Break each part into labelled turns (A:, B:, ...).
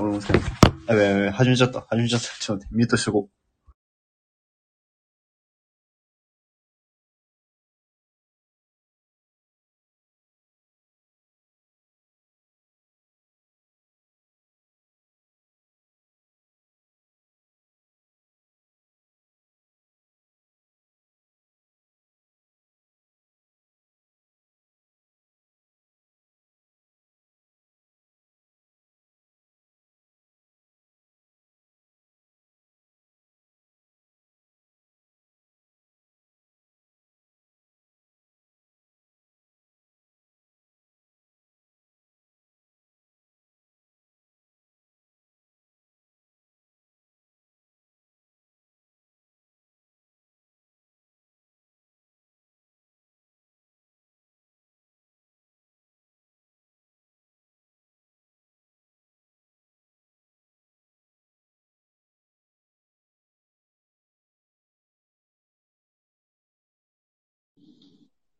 A: 面白い。
B: やべやべ、始めちゃった。始めちゃった。ちょっと待って、ミュートしとこ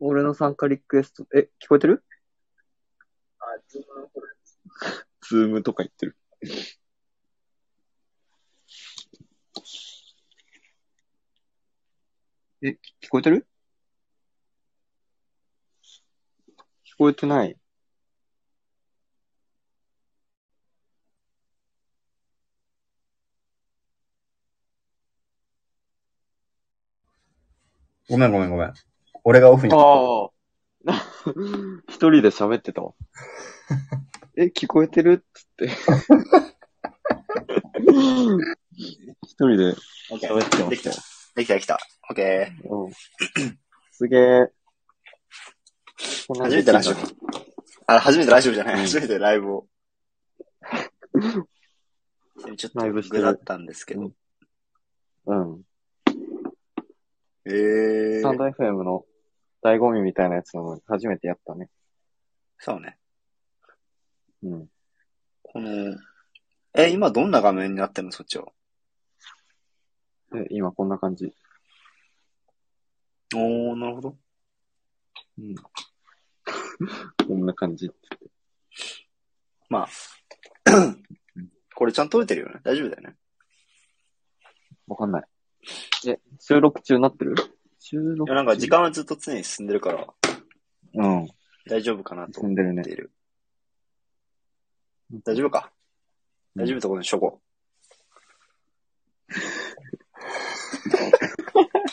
A: 俺の参加リクエスト、え、聞こえてる
B: う。ズームとか言ってる。
A: え、聞こえてる聞こえてない。
B: ごめんごめんごめん。俺がオフに。
A: ああ。一人で喋ってたわ。え、聞こえてるっつって。一人で
B: オッケー
A: 喋ってま
B: でき
A: した
B: た
A: よ。。
B: できた、できた。オッケ
A: うんすげえ。
B: ー。初めてラジオ。あ、初めてラジオじゃない。
A: うん
B: 初めてライブ を。ちょっ
A: ライブ
B: と
A: して
B: 具
A: る
B: だったんですけ
A: う
B: ど
A: ん。うん。
B: え
A: ス
B: ー
A: タン。ド FM の醍醐味みたいなやつなのに初めてやったね。
B: そうね。
A: うん。
B: この、え、今どんな画面になってるのそっちは。
A: で、今こんな感じ。
B: おー、なるほど。
A: うん。こんな感じ。
B: まあ。これちゃんと撮れてるよね。大丈夫だよね。
A: わかんない。え、収録中なってる収録
B: いや、なんか時間はずっと常に進んでるから、
A: うん。
B: 大丈夫かなと
A: 進
B: 思
A: んでるね
B: っ。ている。大丈夫か
A: うん
B: 大丈夫ってことにしとこう。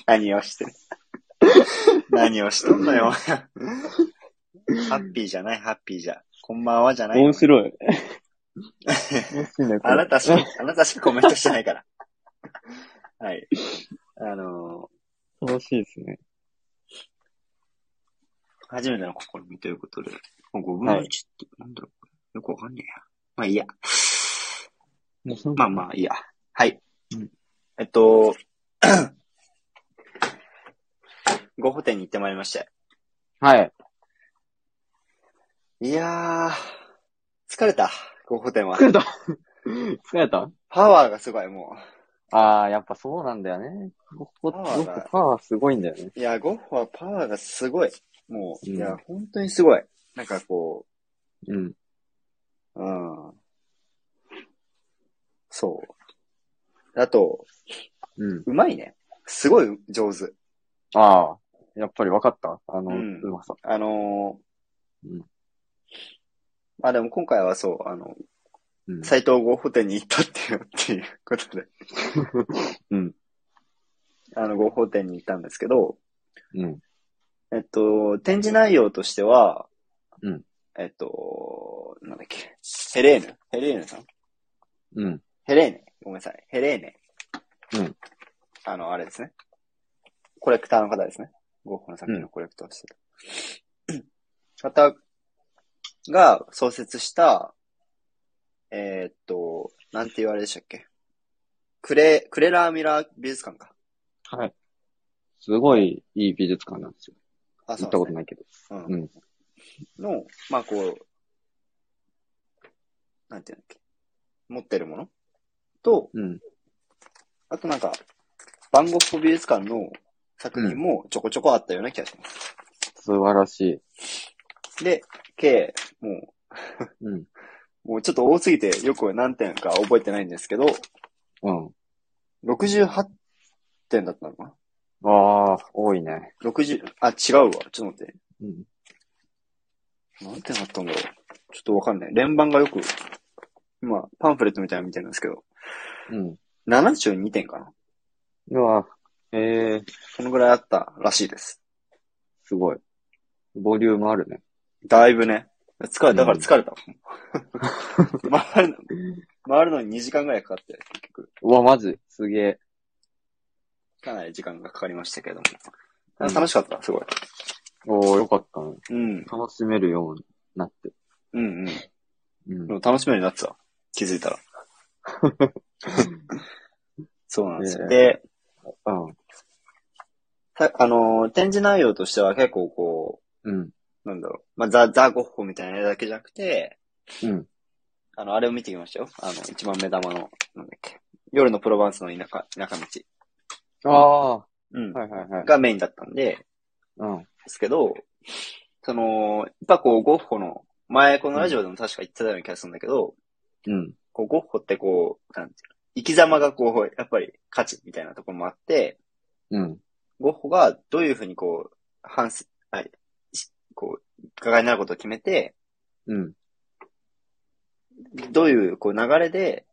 B: 何をしてる何をしとんのよ。ハッピーじゃない、ハッピーじゃ。こんばんはじゃないよ
A: 面。白 い。面白いね。これ
B: あなたしか、あなたしかコメントしてないから。はい。あの
A: 楽しいですね。
B: ー初めての試みということで、もう5分
A: は
B: の
A: い
B: 1って、なんだろう、これよくわかんねえや。まあいいや。ま
A: ま
B: あまあいいや。はい。
A: うん
B: えっと、 ゴホ店に行ってまいりました。
A: あ。はい。
B: いやー、疲れた、ゴホ店は
A: 疲。れた。疲れた
B: パワーがすごい、も
A: ああ、やっぱそうなんだよね。ここ、
B: パワーが
A: 僕パワーすごいんだよね。
B: う。いや、ゴホはパワーがすごい。もう、
A: うん
B: いや、本当にすごい。なんかこ
A: うん。
B: う、うん。そう。あと、
A: うん。
B: うまいね。すごい上手。
A: ああ、やっぱり分かったあの、う
B: うん
A: まさ。
B: あのー
A: うん
B: まあでも今回はそう、あの、
A: うん。
B: 斎藤ゴホ店に行ったっていう、っていうこと で。
A: うん。
B: あの、合法店に行ったんですけど、
A: うん。
B: えっと、展示内容としては、
A: うん。
B: えっと、なんだっけ、ヘレーヌ、ヘレーヌさん
A: うん。
B: ヘレーネ、ごめんなさい、ヘレーネ。
A: うん。
B: あの、あれですね。コレクターの方ですね。合法の作品
A: う
B: のコレクターをしてた。 方が創設した、えーっと、なんて言われでしたっけ。クレ、クレラーミラー美術館か。
A: はい。すごいいい美術館なんですよ。
B: あ、
A: 行
B: そ
A: っ
B: う
A: た
B: なん
A: こ
B: です
A: と
B: ね
A: ないけど。
B: う
A: うんん。
B: の、まあこう、なんていうんだっけ、持ってるものと、
A: うん。
B: あとなんか、バンゴッホ美術館の作品もちょこちょこあったような気がします。
A: 素晴らしい。
B: で、計、も
A: うん。
B: もうちょっと多すぎてよく何点か覚えてないんですけど、
A: うん。
B: 68点だったのかな
A: ああ、多いね。
B: 60、あ、違うわ。ちょっと待って。
A: うん。
B: 何点あったんだろう。ちょっとわかんない。連番がよく、今、パンフレットみたいなの見てるんですけど、
A: うん。
B: 72点かな
A: うわ、ええー、
B: そのぐらいあったらしいです。
A: すごい。ボリュームあるね。
B: だいぶね。疲れ、だから疲れた。 回るの、回るのに2時間ぐらいかかって、結局、
A: うわ、まず、すげえ。
B: かなり時間がかかりましたけれども。楽しかった、すごい。
A: おー、よかったね。
B: うん、
A: 楽しめるようになって。
B: うん、うん。で
A: うん。
B: も楽しめるようになってた。気づい たら。そうなんですよ。
A: ね
B: で、
A: うん。
B: さあのー展示内容としては結構こ
A: うん。
B: う、なんだろう、まあ、ザ・ザ・ゴッホみたいな絵だけじゃなくて、
A: うん。
B: あの、あれを見てきましたよ。あの、一番目玉の、なんだっけ、夜のプロヴァンスの田舎、田舎道。
A: ああ、は
B: うん
A: いはいはい。
B: がメインだったんで、
A: うん。
B: ですけど、その、やっぱこう、ゴッホの、前このラジオでも確か言ってたような気がするんだけど、
A: うん。
B: こう、ゴッホってこう、なんていうの生き様がこう、やっぱり価値みたいなところもあって、
A: うん。
B: ゴッホがどういうふうにこう、反す、あしこう、伺いになることを決めて、
A: うん。
B: どういうこう流れで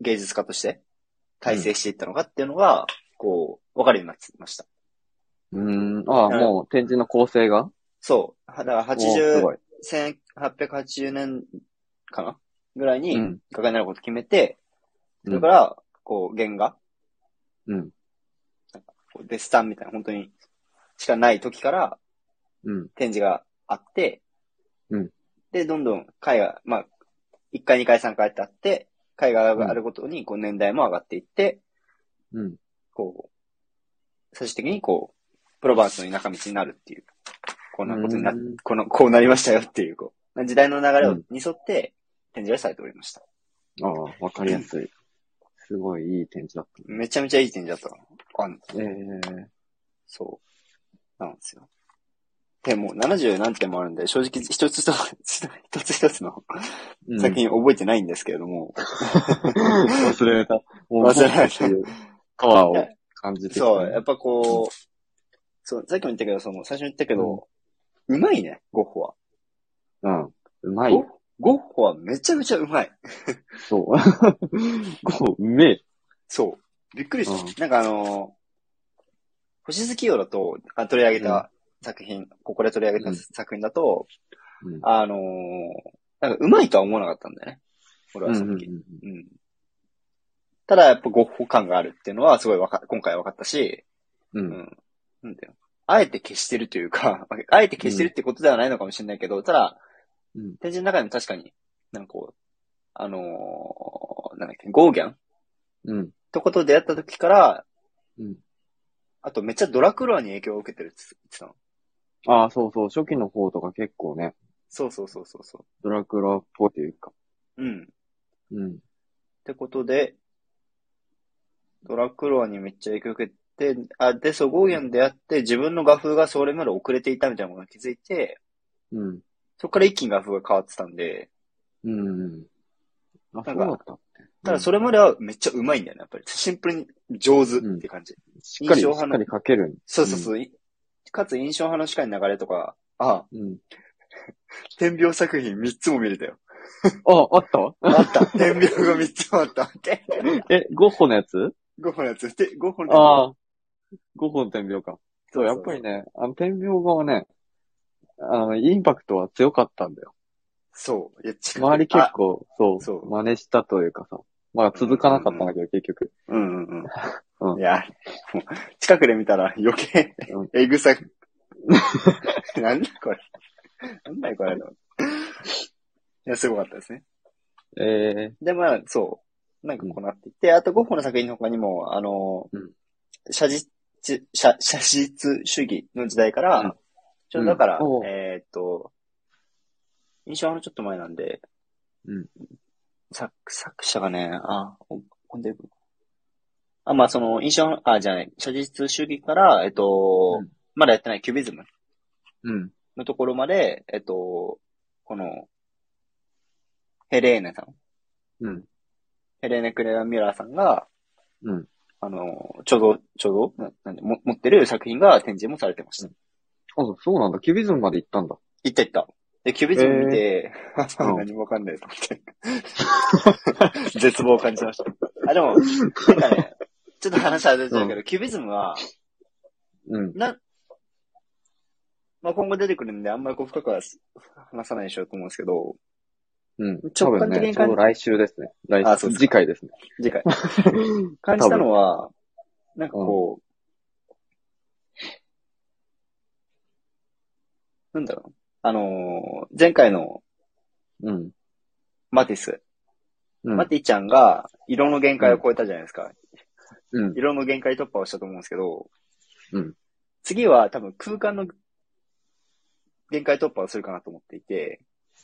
B: 芸術家として体制していったのかっていうのが、こう、わかるようになってました。
A: うん。ああ、
B: はい
A: もう展示の構成が
B: そう。だから
A: おーす
B: 80
A: ごい。、
B: 1880年かなぐらいに
A: うん
B: 画家になることを決めて、
A: うん
B: それから、こう、原画、
A: うん。
B: こうデスタンみたいな、本当に、しかない時から、
A: うん。
B: 展示があって、
A: うん
B: で、どんどん絵画、まあ、1回、2回、3回ってあって、絵画があるごとに、こう、年代も上がっていって、
A: うん。
B: こう、最終的に、こう、プロヴァンスの田舎道になるっていう、こんなことになっ
A: うん
B: この、こうなりましたよっていう、こう、時代の流れ
A: う
B: を
A: ん
B: に沿って、展示がされておりました。
A: ああ、わかりやすい。すごいいい展示だっ
B: めちゃめちゃいい展示だったあ
A: た。ええ
B: そう。なんですよ。で、もう70何点もあるんで、正直一つ一つ、一つ一つの
A: うん
B: 作品覚えてないんですけれども、
A: 忘れた。
B: 忘れた
A: た。パワーを感じてきたね
B: そう、やっぱこう、そう、さっきも言ったけど、その、最初に言ったけど、うまいね、ゴッホは。
A: うん。うまい
B: ゴ。ゴッホはめちゃめちゃうまい。
A: そう。 ごめん。
B: そう。びっくりした。
A: うん
B: なんかあのー星月夜だと、あ取り上げた作品、ここで取り上げ
A: う
B: た
A: ん
B: 作品だと、
A: うん
B: あのーなんかうまいとは思わなかったんだよね。俺
A: う
B: は
A: ん
B: さっ
A: うん
B: き。うんただやっぱゴッホ感があるっていうのはすごいわか、今回分かったし、
A: うんうん。
B: うん。なんだよ。あえて消してるというか、 あえて消してるってことではないのかもしれないけど、ただ、
A: うん
B: 展示の中にも確かに、なんかこう、あのーなんだっけ、ゴーギャン
A: うん。
B: とこと出会った時から、
A: うん
B: あとめっちゃドラクロワに影響を受けてるって言ってたの。
A: ああ、そうそう。初期の方とか結構ね、
B: そうそうそうそうそ
A: ドラクラっぽいというか。
B: う。うん。っ
A: うん。
B: てことで、ドラクロワにめっちゃ影響を受けて、あ、で、そう、ゴーギャンに出会って自分の画風がそれまで遅れていたみたいなものに気づいて、
A: うん。
B: そこから一気に画風が変わってたんで、
A: うんうん。あ、そうだった。
B: ただそれまではめっちゃうまいんだよね、やっぱり。シンプルに上手って感じ。
A: しっか
B: 印
A: り、し
B: 象
A: っ
B: 派
A: か
B: の
A: りかける。
B: そうそうそう。いかつ印象派の視界の流れとか、ああ、
A: うん。
B: 天描作品3つも見れたよ。
A: あ、あった
B: あった。天描が3つもあ った。で
A: え、ゴッホのやつ
B: ゴッホのやつ。で、ゴッホのあ、
A: ああ。ゴッホの点描か。そう、やっぱり
B: ね。
A: ね、あの点描画はね、あの、インパクトは強かったんだよ。
B: そう。いや、違う
A: 周り結。構、そう、
B: そう
A: 真似したというかさ。まあ続かなかったんだけど、結局。
B: あうんうんうん。
A: うん
B: いや、もう近くで見たら余計
A: う、
B: えぐさ。 なんだこれ。なんだよこれ。いや、すごかったですね。
A: ええ
B: で、まあ、そう。なんかこうなっていって、あとゴッホの作品の他にも、あの、
A: うん
B: 写実、写、写実主義の時代から、
A: うん
B: ちょうどだから、
A: うんおう
B: えーっと、印象派のちょっと前なんで、
A: うん
B: 作、作者がね、あ、おほんで、あ、まあその、印象派、あ、じゃない、写実主義から、えっと、
A: うん
B: まだやってないキュビズム
A: うん。
B: のところまで、えっと、この、ヘレーネさん。
A: うん。
B: ヘレーネ・クレラ・ミュラーさんが、
A: うん。
B: あの、ちょうど、ちょうど、ななんで、も持ってる作品が展示もされてました。
A: あ、そうなんだ。キュビズムまで行ったんだ。
B: 行った行った。で、キュビズム見て、 あ何もわかんないと思って。 絶望を感じました。あ、でも、なんかね、ちょっと話は出てるけど、キュビズムは、
A: うん。
B: な、まあ、今後出てくるんで、あんまりこう深くはす話さないでしょうと思うんですけど、
A: うん。多
B: 直
A: 分
B: 感的
A: ね、
B: に感じ
A: ちょうど来週ですね。来
B: あそうです
A: 週、
B: か
A: 次回ですね。
B: 次回。 感じたのは、なんかこう、なんだろう。あのー前回の
A: うん。
B: マティス、
A: うん。
B: マティちゃんが色の限界を超えたじゃないですか。
A: うん。
B: 色の限界突破をしたと思うんですけど、
A: うん
B: 次は多分空間の限界突破をするかなと思っていて、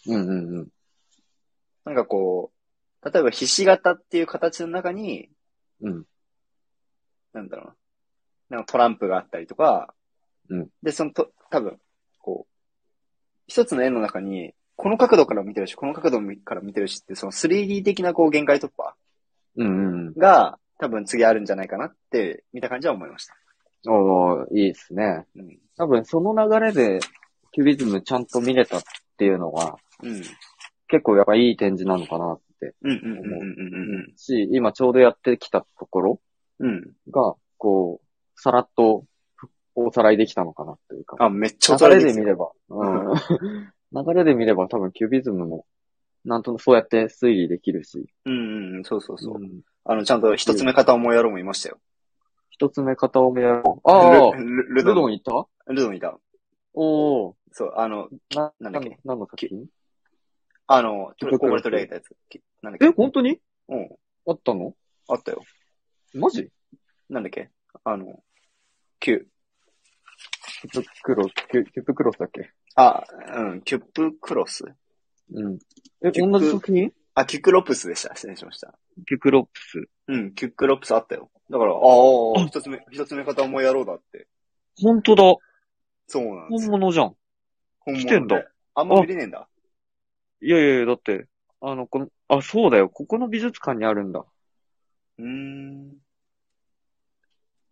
A: うん。うん。うん。
B: なんかこう、例えばひし形っていう形の中に、
A: うん。
B: なんだろうな。なんかトランプがあったりとか、
A: うん
B: で、そのと、多分、こう、一つの絵の中に、この角度から見てるし、この角度から見てるしって、その 3D 的なこう限界突破
A: うん。うん。
B: が多分次あるんじゃないかなって見た感じは思いました。
A: おー、いいですね。
B: うん。
A: 多分その流れで、キュビズムちゃんと見れたっていうのは、
B: うん。
A: 結構やっぱいい展示なのかなって。
B: うんうんうんうん
A: し、今ちょうどやってきたところ
B: うんうん。うん。
A: が、こう、さらっと、おさらいできたのかなっていうか。
B: あ、めっちゃ
A: 流
B: 驚い
A: れ
B: て
A: で
B: きた
A: 見れば、うん。 流れで見れば多分キュビズムも、なんとなくそうやって推理できるし。
B: うんうんうん。そうそうそう。
A: ん
B: あの、ちゃんと一つ目方をもやろうもいましたよ。
A: 一つ目片を目やろう。ああ
B: ルルル
A: ル
B: ド
A: ド
B: ン。
A: ンいた
B: ルドンいた。
A: おお。
B: そう、あの、
A: な、
B: なんだっけ
A: 何の作品
B: あの、
A: ちょっ
B: ことこで取り上げたやつ。なんだっけ
A: え、本当に
B: うん。
A: あったの
B: あったよ。
A: マジ
B: なんだっけあの、キュ、
A: キュプクロス、キュキュプクロスだっけ
B: あ、うん、キュップクロス
A: うん。え、
B: キュプ
A: 同じ作品
B: あ、キュクロプスでした。失礼しました。
A: キュクロプス。
B: うん、キュックロプスあったよ。だから、ああああ、一つ目、一つ目方もやろうだって。
A: 本当だ。
B: そうなんで
A: 本
B: すよ。
A: 物じゃん。
B: 本
A: 来てんだ
B: であんま見れねえんだ。
A: いやいやいや、だって、あの、この、あ、そうだよ。ここの美術館にあるんだ。
B: うーん。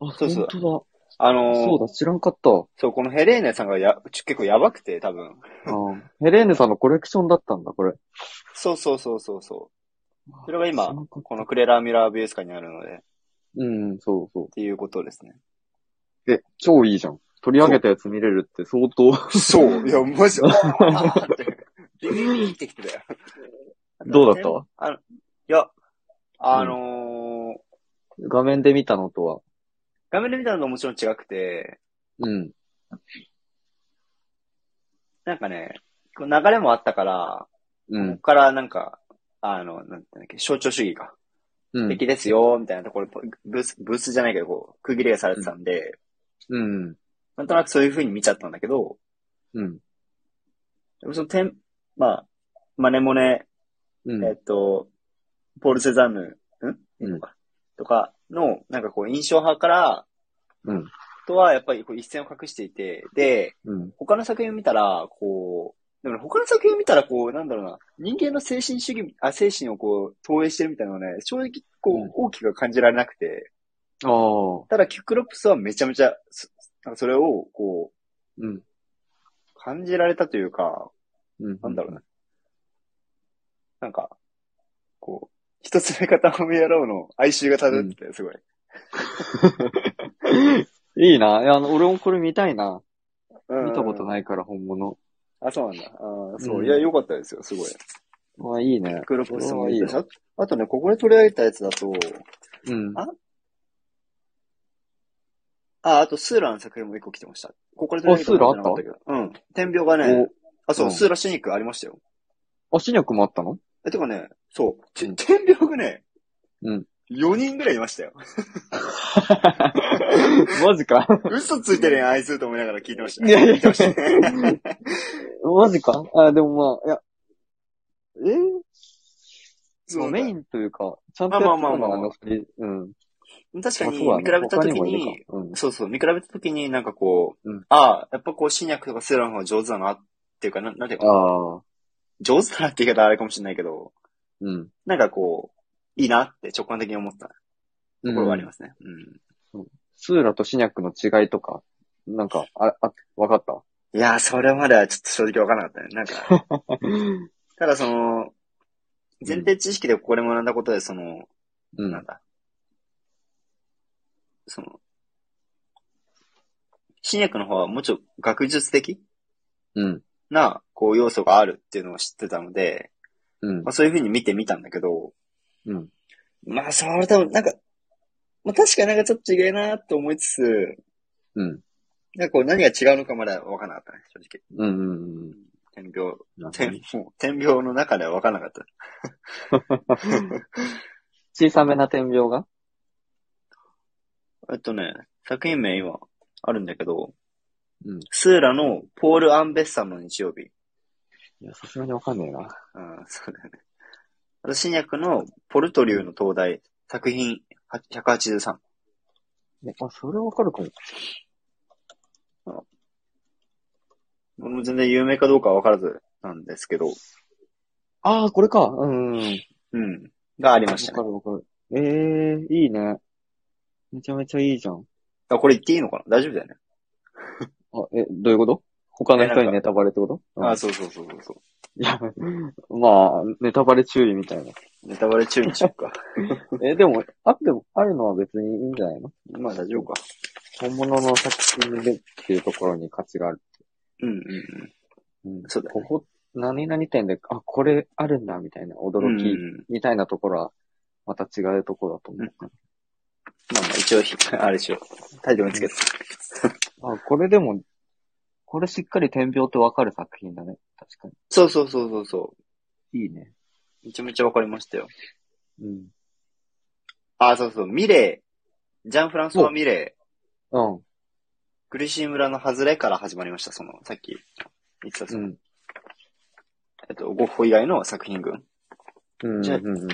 A: あ、
B: そうそう
A: 本当
B: あ
A: だ。
B: のー
A: そうだ、知らんかった。
B: そう、このヘレーネさんがや、ち結構やばくて、多分。
A: うんヘレーネさんのコレクションだったんだ、これ。
B: そうそうそうそうそう。 それが
A: 知
B: 今
A: ら、んかった
B: このクレラーミラー美術館にあるので、っ
A: うん、そうそ
B: ていうことですね。
A: う。え、超いいじゃん。取り上げたやつ見れるって相当、
B: そう。いや、マ ジで。あーってビビビってきてたよ。
A: どうだった
B: いや、あのー
A: 画面で見たのとは。
B: 画面で見たのともちろん違くて、
A: うん。
B: なんかね、こう流れもあったから、
A: う
B: こ
A: ん
B: こ。からなんか、あの、なんていうんだっけ、象徴主義か。
A: うん。
B: 敵ですよ、みたいなところ、ブース、ブースじゃないけど、こう、区切りがされてたんで、
A: うん。
B: なんとなくそういう風に見ちゃったんだけど、
A: うん。
B: でもその点、まあ、マネモネ、
A: うん。
B: えっと、ポール・セザンヌ、ん
A: うん
B: とか、とかの、なんかこう、印象派から、
A: うん
B: とは、やっぱりこう一線を隠していて、で、
A: うん。
B: 他の作品を見たら、こう、でもね他の作品を見たら、こう、なんだろうな、人間の精神主義、あ、精神をこう、投影してるみたいなのはね、正直、こう、
A: うん
B: 大きくは感じられなくて、
A: ああ。
B: ただ、キュクロプスはめちゃめちゃ、そなんかそれを、こう、
A: うん。
B: 感じられたというか、
A: うん。
B: なんだろうね。なんか、こう、一つ目方褒め野郎の哀愁が漂ってたよ、すごい。
A: いいな。いやあの、俺もこれ見たいな。見たこと
B: い。
A: ないから、本物。
B: あ、そうなんだ。あーそう、
A: うん
B: いや、良かったですよ、すごい。
A: まあ、いいね。
B: クロプスもいいです
A: こ
B: ああとね、ここで取り上げたやつだと、
A: うん。
B: ああ、あとスーラの作品も一個来てました。ここで取り上げたやつじゃなかったけど。うん。天秤がね、あ、そう、
A: うん
B: スーラシニックありましたよ。
A: お、あ、シニャクもあ ったの
B: え、てかね、そう、て
A: うん
B: 天秤がね、
A: うん。
B: 4人ぐらいいま したよ。
A: マジか。
B: 嘘ついてるやん、あいつと思いながら聞いてました。
A: いやいや
B: 聞てましたね
A: マジか。あ、でもまあ、いや、え
B: そう
A: メインというか、ちゃんとやってたのがあの二人。うん。
B: 確かに、
A: あとは
B: 見比べた
A: 他
B: と
A: に
B: き
A: もいる
B: に、
A: かうん。
B: そうそう、見比べたときになんかこう、
A: うん
B: ああ、やっぱこう、新薬とかセーラーの方が上手だなっていうか、なんなんていうか、
A: ああ。
B: 上手だなって言い方はあれかもしれないけど、
A: うん。
B: なんかこう、いいなって直感的に思ったと
A: うん
B: ころがありますね。うん。
A: スーラとシニャックの違いとか、なんか、あ、あ、わ かった
B: いやー、それまではちょっと正直わからなかったね。なんか、ただその、前提知識でここで学んだことで、その、
A: う
B: なん
A: ん。
B: だ。その、新薬の方はもうちょっと学術的
A: うん。
B: な、こう、要素があるっていうのを知ってたので、
A: うん
B: まあ。そういうふうに見てみたんだけど、
A: うん。
B: まあ、それとも、なんか、まあ確かになんかちょっと違いなと思いつつ、
A: うん。
B: なんかこう何が違うのかまだ分からなかったね、正直。
A: うん。うん。うん
B: 天病、
A: なんかね
B: 天、もう天病の中では分からなかった。
A: 小さめな点描が
B: えっとね、作品名今あるんだけど、
A: うん。
B: スーラのポール・アンベッサムの日曜日。
A: いや、さすがにわかんねえな。
B: うん、そうだよね。あと、新薬のポルトリューの灯台、作品183。
A: いやあ、それわかるかも。
B: これも全然有名かどうかは分からずなんですけど、
A: ああ、これか。うん。わ
B: うん、がありました
A: か
B: ね。
A: るわかる。ええいいね。めちゃめちゃいいじゃん。
B: あ、これ言っていいのかな大丈夫だよね。
A: あ、え、どういうこと他の人にネタバレってことうん
B: あ、そうそうそうそうそう。
A: いや、まあ、ネタバレ注意みたいな。
B: ネタバレ中にしよっか。
A: え、でも、あっても、あるのは別にいいんじゃないの
B: まあ大丈夫か。
A: 本物の作品でっていうところに価値がある。
B: うんうんうん。
A: うん。
B: そうだよ
A: ここ、何々店で、あ、これあるんだ、みたいな、驚
B: うんう
A: き、
B: んうん
A: みたいなところは、また違うところだと思うから。
B: まあまあ一応ひ、 あれしよう。タイトルにつけて。
A: あ、これでも、これしっかり点描ってわかる作品だね。確か
B: そうそうそうそうそ
A: に。いいね。
B: う。めちゃめちゃわかりましたよ。
A: うん。
B: あ、そうそう。ミレー、ジャンフランソワ・ミレー、
A: うん。
B: グリシー村の外れから始まりました。その、さっき言ってた
A: う
B: その、
A: ん。
B: えっと、ゴッホ以外の作品群。
A: うん。うん。
B: じゃあ
A: うん。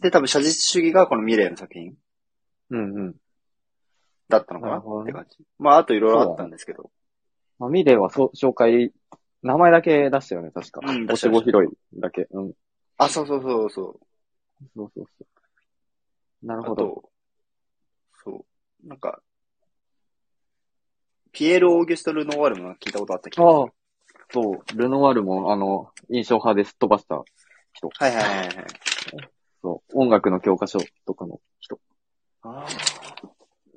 B: で、多分写実主義がこのミレーの作品
A: うん。うん。
B: だったのかな
A: なるほど
B: って
A: ね
B: 感じ。まあ、あといろいろあったんですけど。
A: まあ、ミレーはそう、紹介、名前だけ出したよね、確か。
B: うん出
A: お
B: した
A: しぼ拾いだけ。うん。
B: あ、そうそうそうそう。
A: そうそうそう。なる
B: あ
A: ほど。
B: と、そう。なんか、ピエール・オーギュスト・ルノワールも聞いたことあった気がする
A: ああ。そう、ルノワールも、あの、印象派ですっ飛ばした。
B: はいはいはいはい。
A: そう、音楽の教科書とかの。
B: ああ。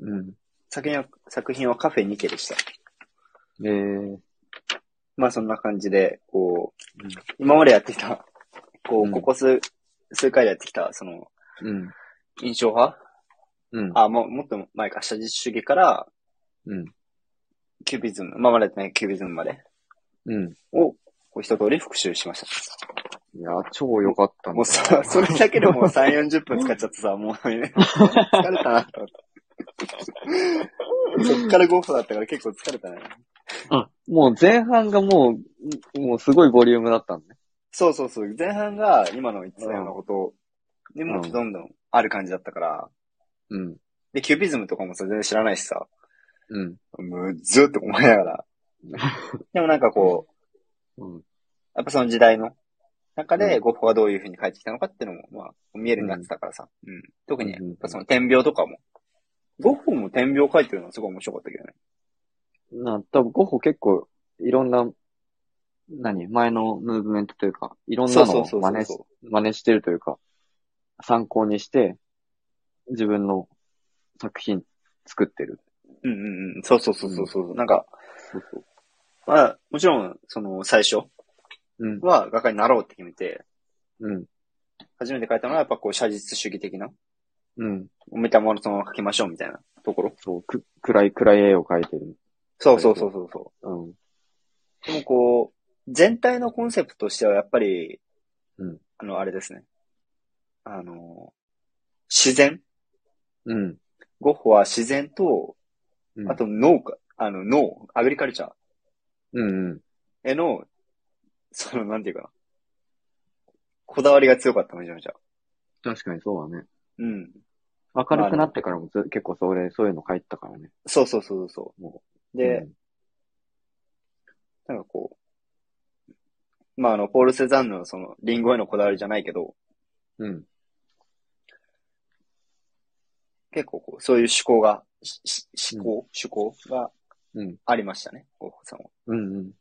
A: うん。
B: 作品は、作品はカフェニケでした。
A: えー、
B: まあそんな感じで、こう、
A: うん
B: 今までやってきた、こ
A: う
B: う、
A: ん
B: ここ数、数回でやってきた、その、
A: うん。
B: 印象派
A: うん。
B: あ、もう、もっと前か、写実主義から、
A: うん。
B: キュービズム、まあまだやってないキュービズムまで、
A: うん。
B: を、こう一通り復習しまし。
A: いや、超良かったた
B: も
A: ね
B: う。さ、それだけでもう3、40分使っちゃってさ、もう、ね、疲れたなと思って。そっから5分だったから結構疲れたね。
A: あ、もう前半がもう、もうすごいボリュームだったんね。
B: そうそうそう。前半が今の言ってたようなことでも
A: うん
B: どんどんある感じだったから。
A: うん。
B: で、キュービズムとかもさ全然知らないしさ、
A: うん。
B: むずっと思いなが ら。でもなんかこう、
A: うん。
B: やっぱその時代の中で
A: うん
B: ゴッホがどういう風に帰ってきたのかっていうのも、まあ、見えるようになってたからさ。うん。特に、や
A: うん
B: っぱその点描とかも。ゴッホも点描描いてるのはすごい面白かったけどね。
A: な、多分ゴッホ結構、いろんな、何前のムーブメントというか、いろん
B: そ
A: な
B: うそ
A: の
B: うそ
A: を
B: う
A: 真
B: そう
A: 似し、真似してるというか、参考にして、自分の作品作ってる。
B: うんうんうん。そうそうそうそうそう。なんか、
A: そうそう。
B: まあ、もちろん、その、最初
A: うん。
B: は画家になろうって決めて、
A: うん。
B: 初めて描いたのはやっぱこう写実主義的な、
A: うん。
B: メタモルそのまま描きましょうみたいなところ。
A: そう、く、暗い暗い絵を描いてる。
B: そうそうそうそうそ
A: うん。
B: う。でもこう、全体のコンセプトとしてはやっぱり、
A: うん
B: あの、あれですね。あの、自然
A: うん。
B: ゴッホは自然と、
A: うん
B: あ、と農家、あの、農、アグリカルチャー
A: うんうん。
B: への、その、なんていうかな。こだわりが強かった、めちゃめちゃ。
A: 確かにそうだね。
B: うん。
A: 明るくなってからもず結構それ、そういうの書いてたからね。
B: そうそうそうそ
A: も
B: う。で、
A: うん、
B: なんかこう、まあ、あの、ポール・セザンヌのその、リンゴへのこだわりじゃないけど、
A: うん。
B: 結構こう、そういう思考が、しし思考、思考が
A: うん。
B: ありましたね、ゴッホさんは。
A: うんうん。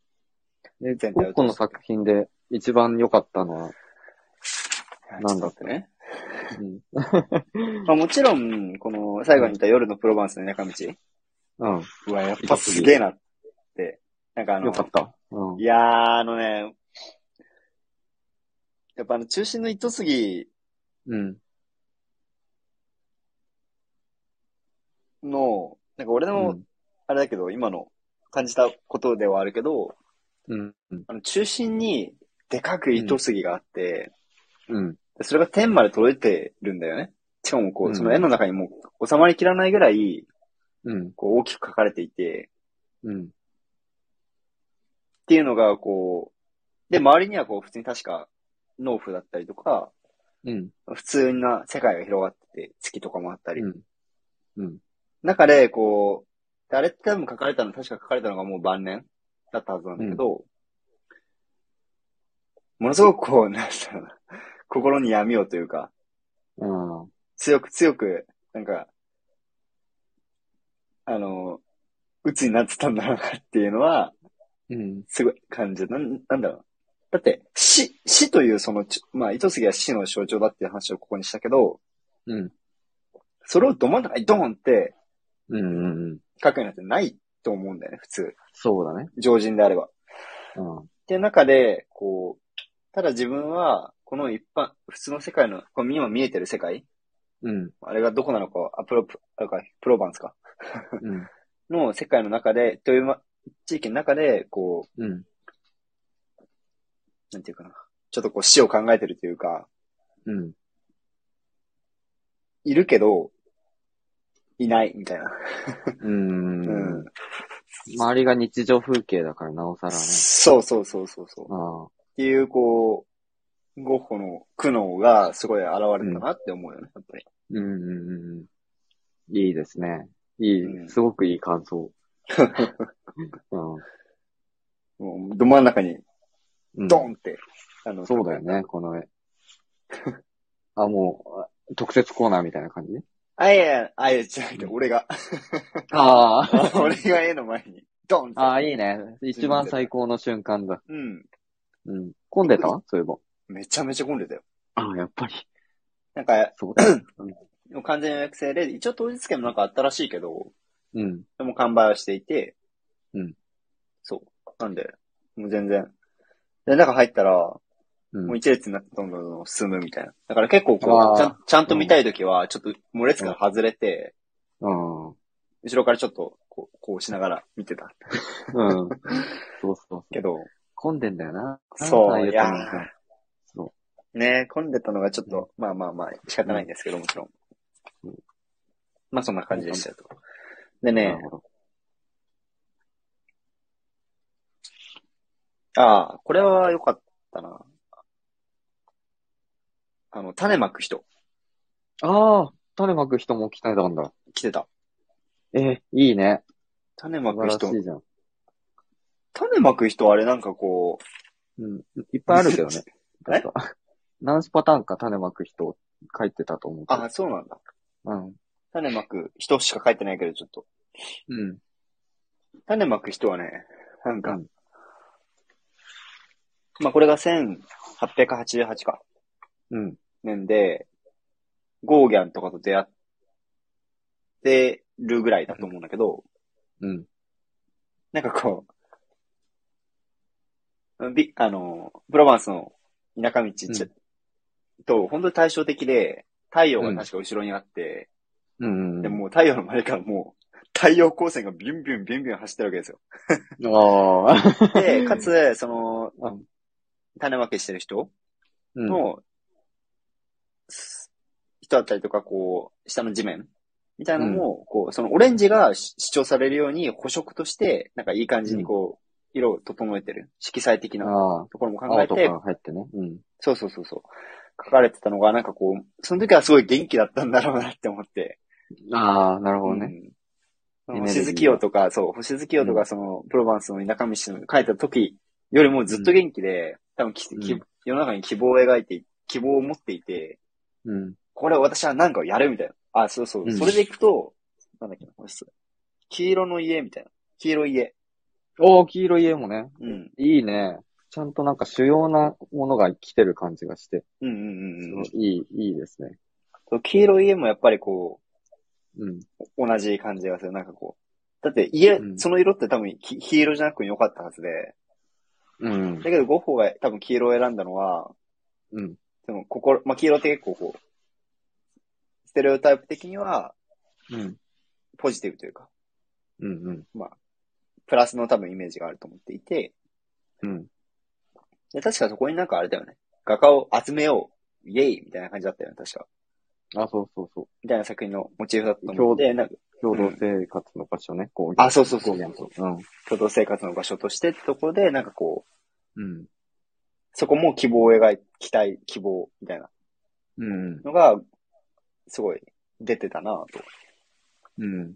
A: で、
B: 全
A: ゴ
B: 体を通して
A: ッホの作品で一番良かったのは、なんだ
B: ってね。
A: うん。
B: まあもちろん、この、最後に言った夜のプロヴァンスの中道。
A: うん。
B: うわ、やっぱすげえなって。なんかあの
A: 良、かった。うん
B: い。やー、あのね、やっぱあの、中心の糸杉
A: うん。
B: の、なんか俺
A: う
B: の
A: ん、
B: あれだけど、今の感じたことではあるけど、
A: うん。うん
B: あの中心にでかく糸杉があって、
A: うん。
B: でそれが天まで届いてるんだよね。しかもこ
A: うん
B: う、その絵の中にもう収まりきらないぐらい、
A: うん。
B: こう大きく描かれていて、
A: うん。
B: っていうのがこう、で、周りにはこう、普通に確か、農夫だったりとか、
A: うん。
B: 普通な世界が広がってて、月とかもあったり。
A: うん。うん。
B: 中で、こう、誰って多分書かれたの、確か書かれたのがもう晩年だったはずなんだけど、ものすごくこう、なんだろうな、心に闇をというか、
A: うん。
B: 強く強く、なんか、あの、鬱になってたんだろうなっていうのは、
A: うん。
B: すごい感じる。なんなんだろうな。だって、死、死というそのち、まあ、糸杉は死の象徴だっていう話をここにしたけど、
A: うん。
B: それをど真ん中にドーンって
A: うん。うん。
B: 書くようになってないと思うんだよね、普通。
A: そうだね。
B: 常人であれば。っ
A: うん。
B: ていう中で、こう、ただ自分は、この一般、普通の世界の、この今見えてる世界、
A: うん。
B: あれがどこなのか、あ、プロ、プロかプロバンスか、
A: うん。
B: の世界の中で、という、ま、地域の中で、こ
A: うん。
B: う、なんていうかな、ちょっとこう死を考えてるというか、
A: うん。
B: いるけど、いない、みたいな。
A: うん。周りが日常風景だから、なおさらね。
B: そうそうそうそうそう。っ
A: あ
B: ていう、こう、ゴッホの苦悩がすごい現れたなって思うよね、やっぱり。
A: うん。うん。うん。いいですね。いい、
B: うん
A: すごくいい感想。うん。
B: もうど真ん中に、
A: うん
B: ドーンって、あの、
A: そうだよね、この絵。あ、もう、特設コーナーみたいな感じ
B: あ、いやいや、あ、いや、じゃなくて、俺が、
A: ああ。
B: 俺が絵の前に、ドンって。
A: ああ、いいね。一番最高の瞬間だ。
B: うん。
A: うん。混んでたそういえば。
B: めちゃめちゃ混んでたよ。
A: ああ、やっぱり。
B: なんか、
A: そうだ。
B: もう完全予約制で、一応当日券もなんかあったらしいけど、
A: うん。
B: でも完売はしていて、
A: うん。
B: そう。なんで、もう全然。で、中入ったら、も
A: うん
B: う。一列になってどんどんどん進むみたいな。だから結構こ
A: あ
B: う、
A: ー
B: ちゃんちゃんと見たいときは、ちょっと、もう列から外れて、
A: うん。
B: 後ろからちょっと、こう、こうしながら見てた
A: うん。そうそう。
B: けど、
A: 混んでんだよな。
B: そう
A: ああい
B: いやー
A: とこさそ
B: ね混んでたのがちょっと、まあまあまあ、仕方ないんですけど、もちろん
A: うん。
B: まあそんな感じでしたと。で
A: う。
B: ね、
A: なるほど。
B: ああ、これは良かったな。あの、種まく人、
A: ああ、種まく人も来てたんだ。
B: 来てた。
A: ええ、いいね。
B: 種ま
A: 素
B: く
A: 晴ら
B: 人
A: し。いじゃん。
B: 種まく人、あれなんかこ
A: うん。いっぱいあるけどね。
B: え
A: 確か何種パターンか種まく人書いてたと思う
B: う、
A: け ど。
B: ああ、そうなんだ。
A: うん。
B: 種まく人しか書いてないけど、ちょっと。
A: うん。
B: 種まく人はね、なんか、
A: うん
B: まあこれが1888か、
A: うん。
B: 年で、ゴーギャンとかと出会ってるぐらいだと思うんだけど、
A: うん。
B: なんかこう、び、あの、プロヴァンスの田舎道ち、と、本当に対照的で、太陽が確か後ろにあって、
A: うん。
B: で、もう太陽の前からもう、太陽光線がビュンビュンビュンビュン走ってるわけですよ。
A: ああ。
B: で、かつ、その
A: うん、
B: 種分けしてる人
A: うん。
B: の、す人だったりとか、こう、下の地面みたいなのも、こう、そのオレンジがし主張されるように補色として、なんかいい感じにこう、色を整えてる。色彩的な。
A: ああ。
B: ところも考
A: 青
B: え
A: と
B: て
A: か、入ってね。うん。
B: そうそうそうそう。書かれてたのが、なんかこう、その時はすごい元気だったんだろうなって思って。
A: ああ、なるほどね。
B: うん
A: エネルギーが
B: 星月夜とか、そう、星月夜と
A: う
B: か、その、プロヴァンスの田舎道の書いた時よりもずっと元気で、多分き、
A: うん
B: き世の中に希望を描いて、希望を持っていて、
A: うん。
B: これ私は何かをやるみたいな。あ、そうそうう。
A: ん
B: それで行くと、なんだっけな、これす黄色の家みたいな。黄色い家。
A: おー、黄色い家もね。
B: うん。
A: いいね。ちゃんとなんか主要なものが来てる感じがして、
B: うんうんうんうん
A: すごいいい、いいですね。
B: そう。黄色い家もやっぱりこ
A: うん。
B: う、同じ感じがする。なんかこう。だって家、
A: うん
B: その色って多分き黄色じゃなくて良かったはずで。
A: うん
B: だ。けどゴッホが多分黄色を選んだのは、
A: うん。
B: でも心、まあ、黄色って結構こう、ステレオタイプ的には
A: うん。
B: ポジティブというか、
A: うん。うん。
B: プラスの多分イメージがあると思っていて、
A: うん。
B: で、確かそこになんかあれだよね。画家を集めよう、イエイみたいな感じだったよね、確か。
A: あ、そうそうそ
B: みたいな作品のモチーフだったと思って、なんか、
A: う。共同生活の場所ね、こう。
B: あ、そうそうそう
A: う。うん。
B: 共同生活の場所としてってところで、なんかこう、
A: うん。
B: そこも希望を描きたい、希望みたいな
A: うん。
B: のが、すごい出てたなと
A: うん。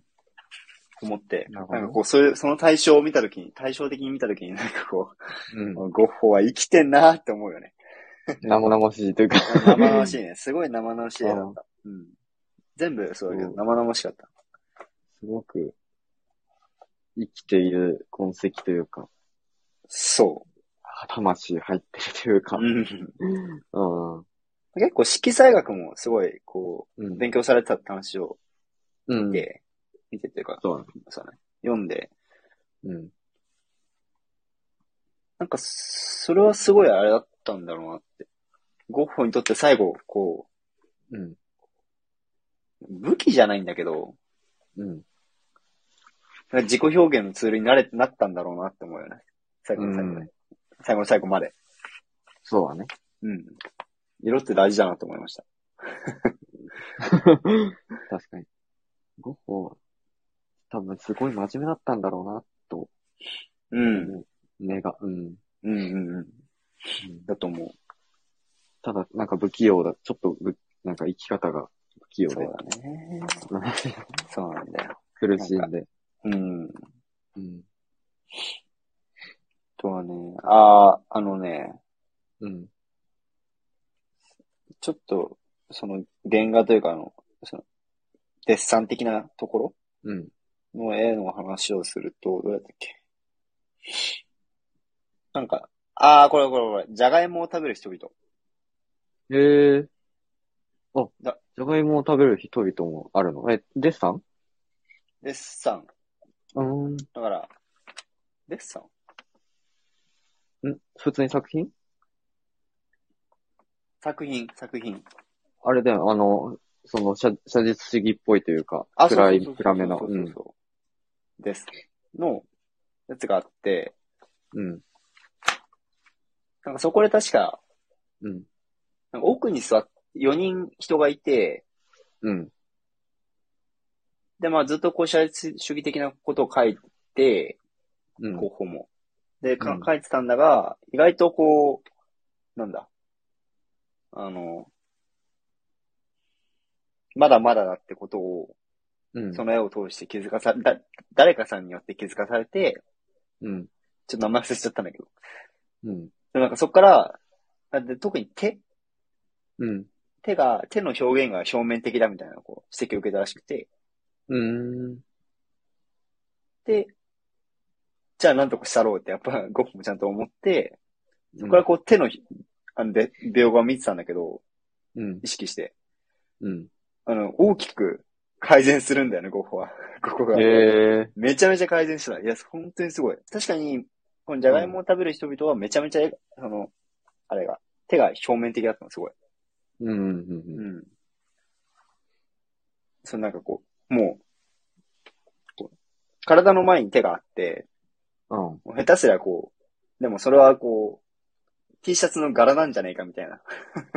B: 思って、
A: な
B: な
A: る
B: ん
A: ほど
B: かこう、そういう、その対象を見たときに、対照的に見たときに、なんかこ
A: うん。
B: う、ゴッホは生きてんなって思うよね。
A: 生々しいというか。
B: 生々しい ね。すごい生々しい絵だった。うん。全部そうだけど、
A: そう
B: 生々しかった。
A: すごく、生きている痕跡というか、
B: そ
A: 魂入ってるというか
B: う。。うん。
A: うん。う
B: 結構色彩学もすごい、こう、
A: ん。
B: 勉強されてたって話を
A: うん
B: 見。て、見てっていうか、
A: そうだね
B: そうだね、読んで、
A: うん。
B: なんか、それはすごいあれだったんだろうなって。ゴッホにとって最後、こ
A: うん。
B: う、武器じゃないんだけど、
A: うん。
B: なんか自己表現のツールになれ、なったんだろうなって思うよね。最後の最後
A: う
B: ま
A: ん
B: で。。最後の最後まで。
A: そうだね。
B: うん。色って大事だなと思いました。
A: 確かに。ゴッホは、多分すごい真面目だったんだろうな、と。
B: うん。
A: 目が、うん。
B: うんうんうん。だと思う。
A: ただ、なんか不器用だ。ちょっとぶ、なんか生き方が不器用
B: そう
A: で、
B: だね。そうなんだよ。
A: 苦しいんで。
B: うん。
A: うん。
B: あとはね、ああ、あのね、
A: うん。
B: ちょっと、その原画というかあの、その、デッサン的なとこ
A: うん。
B: ろの絵の話をすると、どうやったっけなんか、ああ、これこれこれ、じゃがいもを食べる人々。
A: へえ。あ、
B: だ
A: じゃがいもを食べる人々もあるのえ、デッサン
B: デッサン。
A: うーん。
B: だから、デッサン
A: ん普通に作品
B: 作品、作品。
A: あれだよ、あの、その、写写実主義っぽいというか、
B: あ、そう
A: 暗
B: そう
A: い、
B: そうそう
A: 暗めの。。
B: そううそうんそう。です。の、やつがあって、
A: うん。
B: なんかそこで確か、
A: うん。
B: なんか奥に座って、4人人がいて、
A: うん。
B: で、まあずっとこう、社主義的なことを書いて、
A: うん。
B: 候補も。で、か
A: うん
B: 書いてたんだが、意外とこう、なんだ。あの、まだまだだってことを、
A: うん。
B: その絵を通して気づかさ、だ、誰かさんによって気づかされて、
A: うん。
B: ちょっと名前忘れちゃったんだけど。
A: うん。
B: でもなんかそっから、あで特に手
A: うん。
B: 手が、手の表現が表面的だみたいな、こう、指摘を受けたらしくて、
A: うん。
B: で、じゃあなんとかしたろうって、やっぱ、 ゴッホもちゃんと思って、
A: うん。
B: これはこう手のひ、あの、で、描画を見てたんだけど、
A: うん。
B: 意識して。
A: うん。
B: あの、大きく改善するんだよね、ゴッホは。 ここが。
A: ええ。
B: めちゃめちゃ改善してた。いや、本当にすごい。確かに、このジャガイモを食べる人々はめちゃめちゃ、その、あれが、手が表面的だったの、すごい。
A: うん。うん。うん
B: ん。そのなんかこう、もう、こう体の前に手があって、
A: うん。
B: もう下手すりゃこう、でもそれはこう、T シャツの柄なんじゃないかみたいな。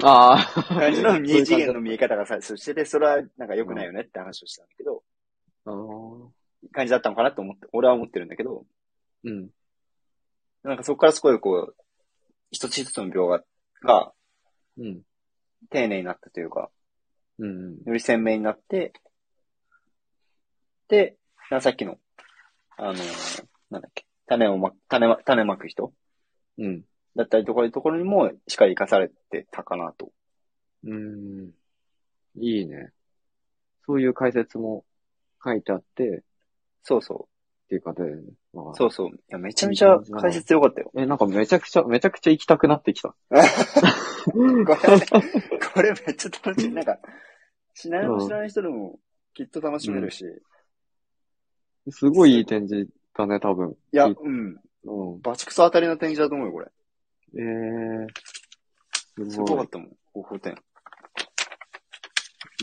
A: ああ。
B: 感じの
A: そうい
B: 二
A: う
B: 次
A: 感じ
B: 元の見え方がさ、そしてで、それはなんか良くないよねって話をしたんだけど、
A: あの
B: 感じだったのかなと思って、俺は思ってるんだけど、
A: ーうん。
B: なんかそこからすごいこう、一つ一つの描画が
A: うん。
B: 丁寧になったというか、
A: うん。
B: より鮮明になって、で、なんかさっきの、あのーなんだっけ、種をまく、種ま、種まく人
A: うん。
B: だったりとかいうところにも、しっかり活かされてたかなと
A: うん。いいね。そういう解説も書いてあって、っ
B: そうそ
A: ていうかで、まあ
B: う。そうそう。いや、めちゃめちゃ解説良かったよ。
A: え、なんかめちゃくちゃ、めちゃくちゃ行きたくなってきた。
B: これ、これめっちゃ楽しい。なんか、知ら
A: うん
B: ない、知らない人でもきっと楽しめるし。い
A: すごいいい展示だね、多分。
B: や、
A: う
B: うん。
A: うん。
B: バチクソ当たりの展示だと思うよ、これ。
A: ええー、
B: す
A: す
B: ごか
A: ご
B: っ
A: い。
B: たもん、方法展。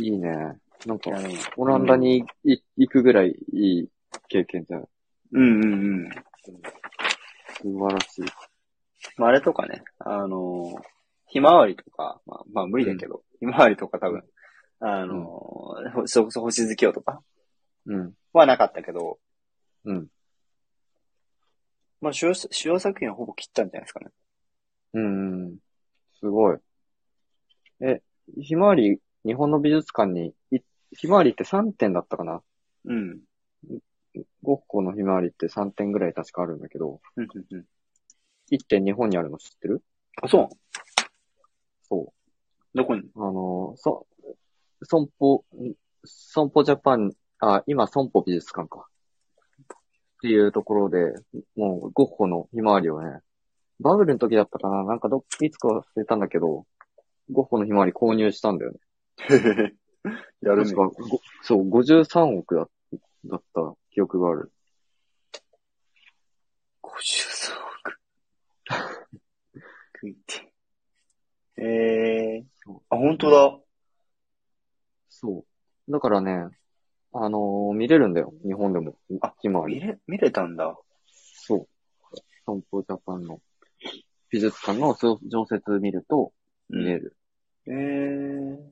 A: いいね。なんか
B: い、やでも
A: オランダにい行くぐらいいい経験じゃん。
B: うんうんうん。
A: 素晴らしい。
B: まあ、あれとかね、あのーひまわりとか、まあ、まあ、無理だけど、ひまわりとか多分、あのーほそれこそ星月夜とか
A: うん。
B: はなかったけど、
A: うん。
B: まあ、主要、主要作品はほぼ切ったんじゃないですかね。
A: うんうん。すごい。え、ひまわり、日本の美術館に、いひまわりって3点だったかな
B: うん。
A: ゴッホのひまわりって3点ぐらい確かあるんだけど、
B: うんうんうん。
A: 1点日本にあるの知ってる
B: あ、そう
A: そ
B: どこに
A: う。あの、そ、損保、損保ジャパン、あ、今損保美術館か。っていうところで、もうゴッホのひまわりをね、バブルの時だったかななんかどっ、いつか忘れたんだけど、ゴッホのひまわり購入したんだよね
B: やるね
A: 確。か、ごそう、53億だだった記憶がある。
B: 53億。 食いて。えー、あ、本当だ。
A: そう。だからね、あのー見れるんだよ、日本でも。
B: あ
A: ひまわ
B: 見
A: り。
B: れ、見れたんだ。
A: そう。損保ジャパンの美術館のそう常設見ると見れる。
B: えー、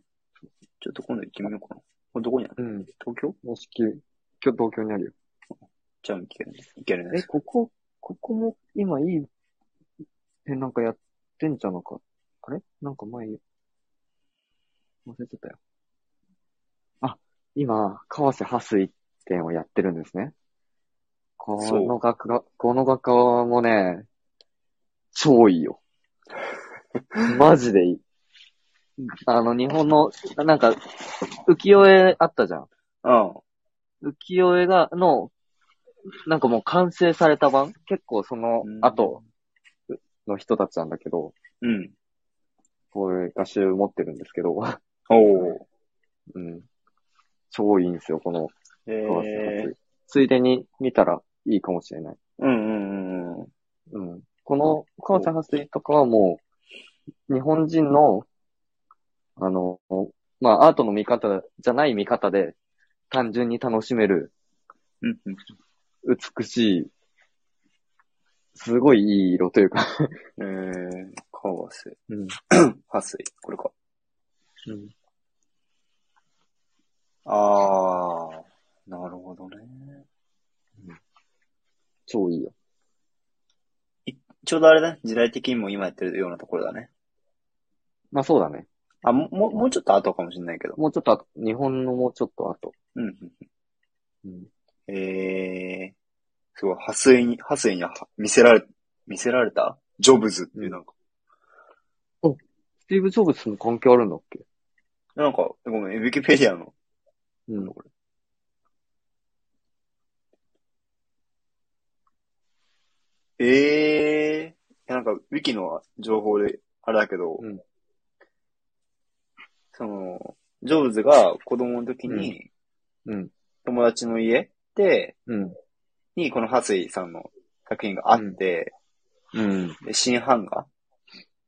B: ちょっと今度行ってみようかな。これどこにある
A: うん。
B: 東京
A: もしき、今日東京にあるよ。
B: じゃあ行けるね。行ける
A: え、
B: ね。
A: ここ、ここも今いい、え、なんかやってんじゃなかあれなんか前、忘れてたよ。あ、今、河瀬ハス一点をやってるんですね。この学科、この学科もね、超いいよ。マジでいい。あの、日本の、なんか、浮世絵あったじゃん。
B: うん。
A: 浮世絵が、の、なんかもう完成された版結構その後の人たちなんだけど、
B: うん。
A: これ画集持ってるんですけど、
B: おお。
A: うん。超いいんですよ、この
B: え
A: 川瀬
B: え
A: 初ついでに見たらいいかもしれない。
B: うんうんうんうん。
A: うん。この川瀬初とかはもう、日本人の、あの、まあ、アートの見方じゃない見方で、単純に楽しめる
B: うんうん
A: 美しい、すごいいい色というか、
B: えー、河瀬、
A: うん。
B: ハスイ、これか。
A: うん。
B: あー、なるほどね。
A: 超いいよ。
B: ちょうどあれだね、時代的にも今やってるようなところだね。
A: まあそうだね。
B: あ、も、ももうちょっと後かもしれないけど。
A: もうちょっと後、日本のもうちょっと後。
B: うんうん。
A: うん。
B: えー、すごい、ハスイに、ハスイには見せられ、見せられたジョブズっていうなんか、
A: スティーブ・ジョブズも関係あるんだっけ
B: なんか、ごめん、ウィキペディアの、
A: うん。
B: これ。ええー、なんか、ウィキの情報で、あれだけど、
A: うん
B: その、ジョブズが子供の時に、
A: うん。
B: 友達の家で、
A: うん。
B: に、このハスイさんの作品があって、
A: うん。
B: で新版画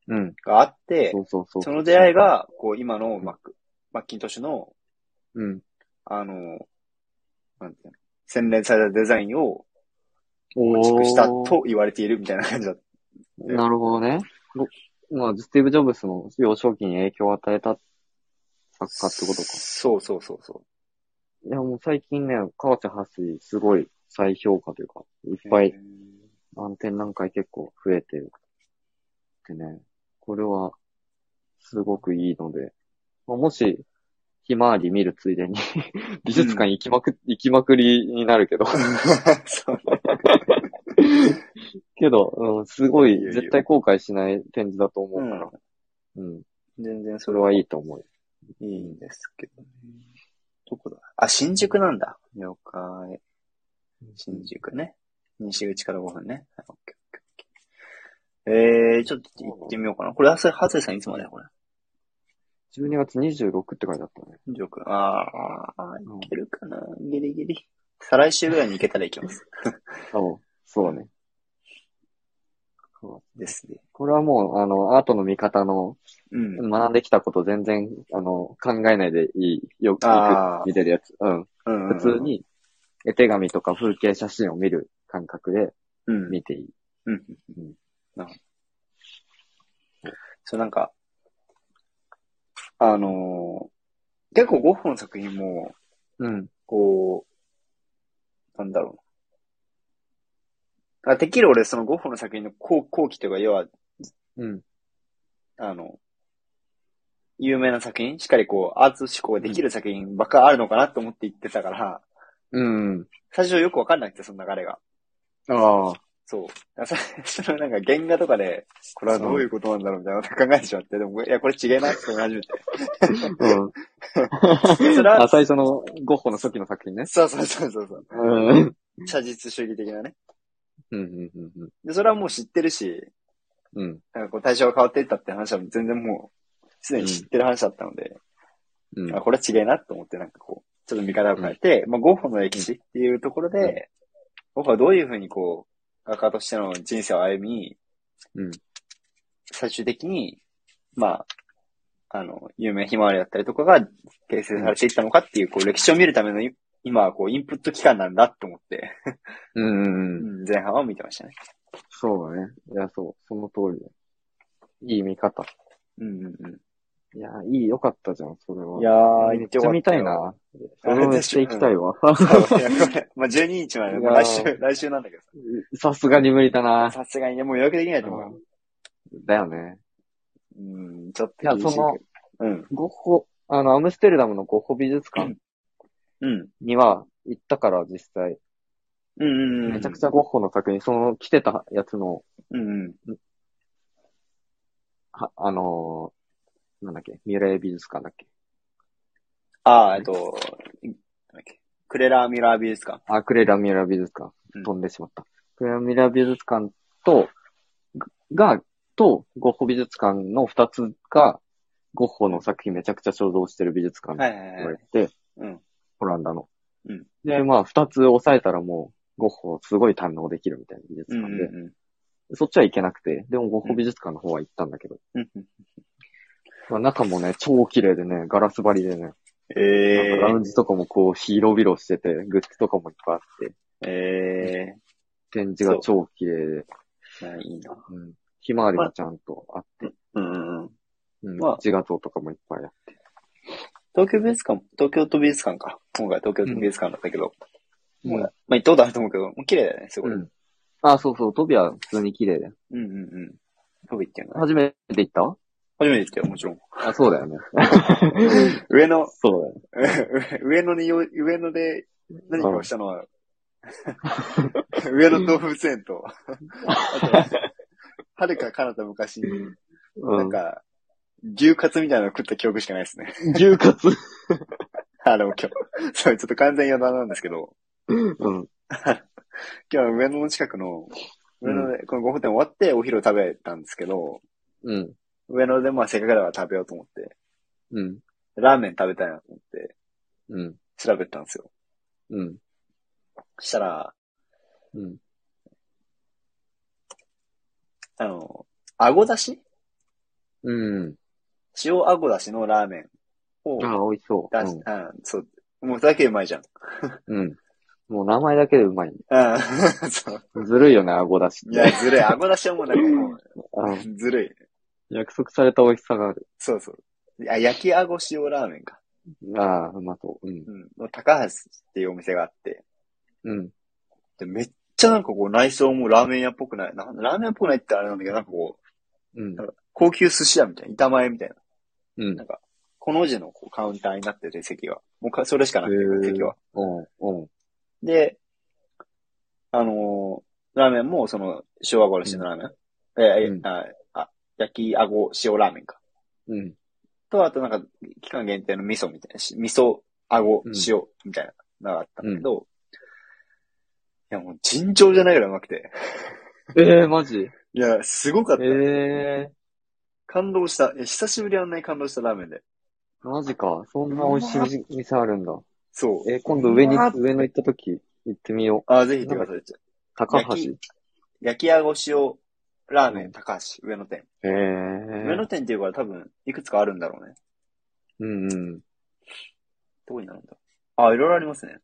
A: うん。
B: があって
A: そ、うそうそう。
B: その出会い、が、こう、今のマック、マッキントッシュの、
A: うん。
B: あの、なんていうの、洗練されたデザインを構
A: お
B: 築
A: ー
B: したと言われているみたいな感じだった。
A: なるほどね。ごまあ、スティーブ・ジョブズも幼少期に影響を与えた作家ってことか。
B: そうそうそうそ
A: いや、もう最近ね、河瀬ハスイ、すごい再評価というか、いっ
B: う。
A: ぱい
B: へー。
A: 暗転何回結構増えてる。でね、これは、すごくいいので、まあもし、ひまわり見るついでに、 美術館行きまく、行きまくりになる けど、
B: そう
A: けど、うん、すご
B: い
A: い
B: やいやい、や
A: 絶対後悔しない展示だと思うから、うん、
B: 全然そ
A: そ
B: れ
A: れ
B: は
A: はい
B: い。
A: いと思う。
B: いいんですけどね。どこだあ、新宿なんだ。了解。新宿ね。西口から5分ね。はいオッケーオッケーオッケーえー、ちょっと行ってみようかな。これ、はせ、はせさんいつまでこれ。
A: 12月26って書いてあったね。
B: ジョー君。あー、行けるかなギリギリ。再来週ぐらいに行けたら行き ます。
A: あ、もうそうだね。
B: ですね。
A: これはもう、あの、アートの見方の、
B: うん。
A: 学んできたこと全然、あの、考えないでいい、よく
B: あー
A: 見てるやつ。うん。
B: うんうんうん
A: 普通。に、絵手紙とか風景写真を見る感覚で
B: うん。
A: 見ていい。
B: うん。うん。なるほどそう、なんか、あのー結構ゴッホの作品も、
A: うん。
B: こう、なんだろうな。あ、てっきり俺、そのゴッホの作品の後後期というか、要は、
A: うん。
B: あの、有名な作品しっかりこう、アーツ思考ができる作品ばっかあるのかなと思って言ってたから、
A: うん。
B: 最初よくわかんなくて、その流れが。
A: ああ。
B: そう。 だから最初のなんか原画とかで、これはどういうことなんだろうみたいなこと考えてしまって、でも、いや、これ違いなって思い始めて。
A: うん。
B: それは
A: あ、最初のゴッホの初期の作品ね。
B: そうそうそうそうそう。
A: うん。うん
B: 写実主義的なね。
A: うんうんうん。
B: で、それはもう知ってるし、
A: うん。
B: なんかこう対象が変わっていったって話は全然もう、すでに知ってる話だったので、
A: うん
B: あ。これは違えなと思って、なんかこう、ちょっと見方を変えて、まあ、ゴッホの歴史っていうところで、
A: うん
B: ゴッホはどういうふうにこう、画家としての人生を歩み、
A: うん
B: 最終的に、まあ、あの、有名ひまわりだったりとかが形成されていったのかっていう、こう、歴史を見るためのい、今はこう、インプット期間なんだと思って、
A: うんうんうん。
B: うん前半は見てましたね。
A: そうだね。いや、そう。その通りだよ。いい見方。
B: うんうんうん。
A: いや、いい、よかったじゃん、それは。
B: いやー、
A: め
B: 行
A: っ
B: って
A: ち
B: よかった
A: ゃ
B: よ
A: 見たい。な。それめっちゃ行きたいわ。
B: そういやこれまあ、12日まで、
A: い
B: ま
A: や
B: あ
A: ー
B: 来週、来週なんだけど
A: さすがに無理だな
B: さ。。さすがにね、もう予約できないと思うよ。
A: だよね。
B: うん、ちょっと
A: いや
B: 厳しいけど
A: その
B: うん。
A: ゴッホ、あの、アムステルダムのゴッホ美術館
B: うん。
A: には行ったから、実際。
B: うんうんうん。
A: めちゃくちゃゴッホの作品、その、来てたやつの、
B: うんうん。
A: はあのーなんだっけ、ミュレー美術館だっけ。
B: ああ、えっと、なんだっけ。クレラーミュラー美術館。
A: あ、クレラ・ミュラー美術館
B: うん。
A: 飛んでしまった。クレラ・ミュラー美術館と、が、と、ゴッホ美術館の二つが、ゴッホの作品めちゃくちゃ肖像してる美術館
B: は
A: っ
B: いはい
A: て
B: は
A: 言わ
B: い
A: れ。て、
B: うん。
A: ホランダの。
B: うん
A: で、まあ、二つ押さえたらもう、ゴッホすごい堪能できるみたいな美術
B: うんう
A: 館
B: ん
A: で、
B: う
A: そっちは行けなくて、でもゴッホ美術館の方は行ったんだけど、
B: ん。うんうん
A: まあ、中もね、超綺麗でね、ガラス張りでね、
B: え
A: なんかラウンジとかもこう広々してて、グッズとかもいっぱいあって、
B: え。え
A: 展示が超綺麗で、
B: え。まあいいな。
A: うん。ひまわりもちゃんとあって、
B: うんうんうん。
A: うん。
B: まあ
A: 自画像とかもいっぱいあって。
B: 東京美術館、東京都美術館か。今回東京都美術館だったけど。
A: うん
B: もうまあ行ったことあると思うけど、もう綺麗だよね、すごい。うん
A: ん。あ、そうそう、トビは普通に綺麗だよ。
B: うんうん。どこ行ってんの
A: 初めて行った
B: 初めて行ったよ、もちろん。
A: あ、そう だよね。
B: 上野、
A: そうだよね。
B: 上野によ、上野で何かをしたのは、上野動物園と、あと、はるか彼方昔に、
A: う
B: なん
A: ん。
B: か、牛カツみたいなの食った記憶しかないですね。
A: 牛カツ。
B: あの、今日。そう、ちょっと完全余談なんですけど、
A: うん。
B: 今日は上野の近くの、上野で、このご飯店終わってお昼を食べたんですけど、
A: うん。
B: 上野でまあせっかくだから食べようと思って、
A: うん。
B: ラーメン食べたいなと思って、
A: うん。
B: 調べたんですよ。
A: うん。
B: したら、
A: うん。
B: あの、あごだし
A: うん。
B: 塩あごだしのラーメンを、
A: あ、美味しそう。
B: だし、うん、そう。もうそれだけうまいじゃん。
A: うん。うん。もう名前だけでうまい、ね。
B: うん、 そう。
A: ずるいよね、顎出しっ
B: い
A: て。
B: や、ずるい。顎出しはもうなんかも
A: うん
B: う、ずるい。
A: 約束された美味しさがある。
B: そうそう。あ、焼き顎塩ラーメンか。
A: ああ、うまそう。うん。
B: うん。の高橋っていうお店があって。
A: うん。
B: で、めっちゃなんかこう内装もラーメン屋っぽくない。なラーメン屋っぽくないってあれなんだけど、なんかこう、
A: うん。
B: 高級寿司屋みたいな。板前みたいな。
A: うん
B: なん。か、この字のこうカウンターになってて、席が。もうか、それしかなくて、
A: へー
B: 席は。
A: うん。うん。
B: で、あのーラーメンも、その、塩あごらしのラーメン、えーえー
A: うん
B: ああ、焼きあご塩ラーメンか。
A: うん。
B: と、あとなんか、期間限定の味噌みたいなし、味噌、顎
A: うん、
B: 塩、みたいなのがあったんだけど、いや、もう尋常じゃないぐらいうまくて。
A: ええー、マジ
B: いや、すごかった。
A: ええ
B: 感動した。いや久しぶりあんなに感動したラーメンで。
A: ー、マジか。そんな美味しい店あるんだ。
B: そう。
A: えー、今度上に、
B: うまっ
A: 上の行った時、行ってみよう。
B: あ、ぜひ行ってください。
A: 高橋。
B: 焼き焼きあご塩ラーメ
A: う
B: ン
A: ん
B: 高橋、上野店。
A: ええ
B: 上
A: ー
B: 野。店っていうから多分、いくつかあるんだろうね。
A: うんうん。
B: どこになるんだあ、いろいろありますね。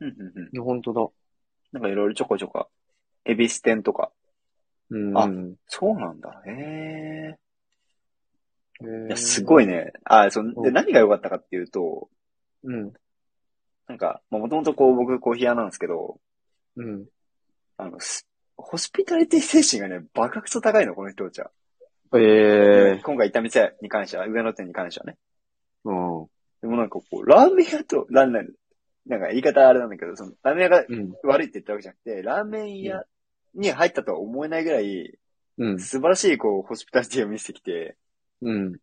B: うんうんうん。
A: いや本当だ。
B: なんかいろいろちょこちょこ。エビス店とか。
A: うん、
B: あ
A: うん。
B: そうなんだ。へ
A: え
B: え。
A: ー
B: いや、すご
A: い。
B: いね。あ、その
A: う
B: で、
A: ん
B: 何が良かったかっていうと、
A: うん。
B: なんか、もともとこう僕コーヒー屋なんですけど、
A: うん。
B: あの、すホスピタリティ精神がね、バカクソ高いの、この人たちは。
A: ええ
B: 今回行った店に関しては、上野店に関してはね。
A: ー。うん。
B: でもなんかこう、ラーメン屋と、なんなん、なんか言い方あれなんだけど、その、ラーメン屋が
A: うん。
B: 悪いって言ったわけじゃなくて、ラーメン屋に入ったとは思えないぐらい、
A: うん。
B: 素晴らしいこう、ホスピタリティを見せてきて、
A: うん。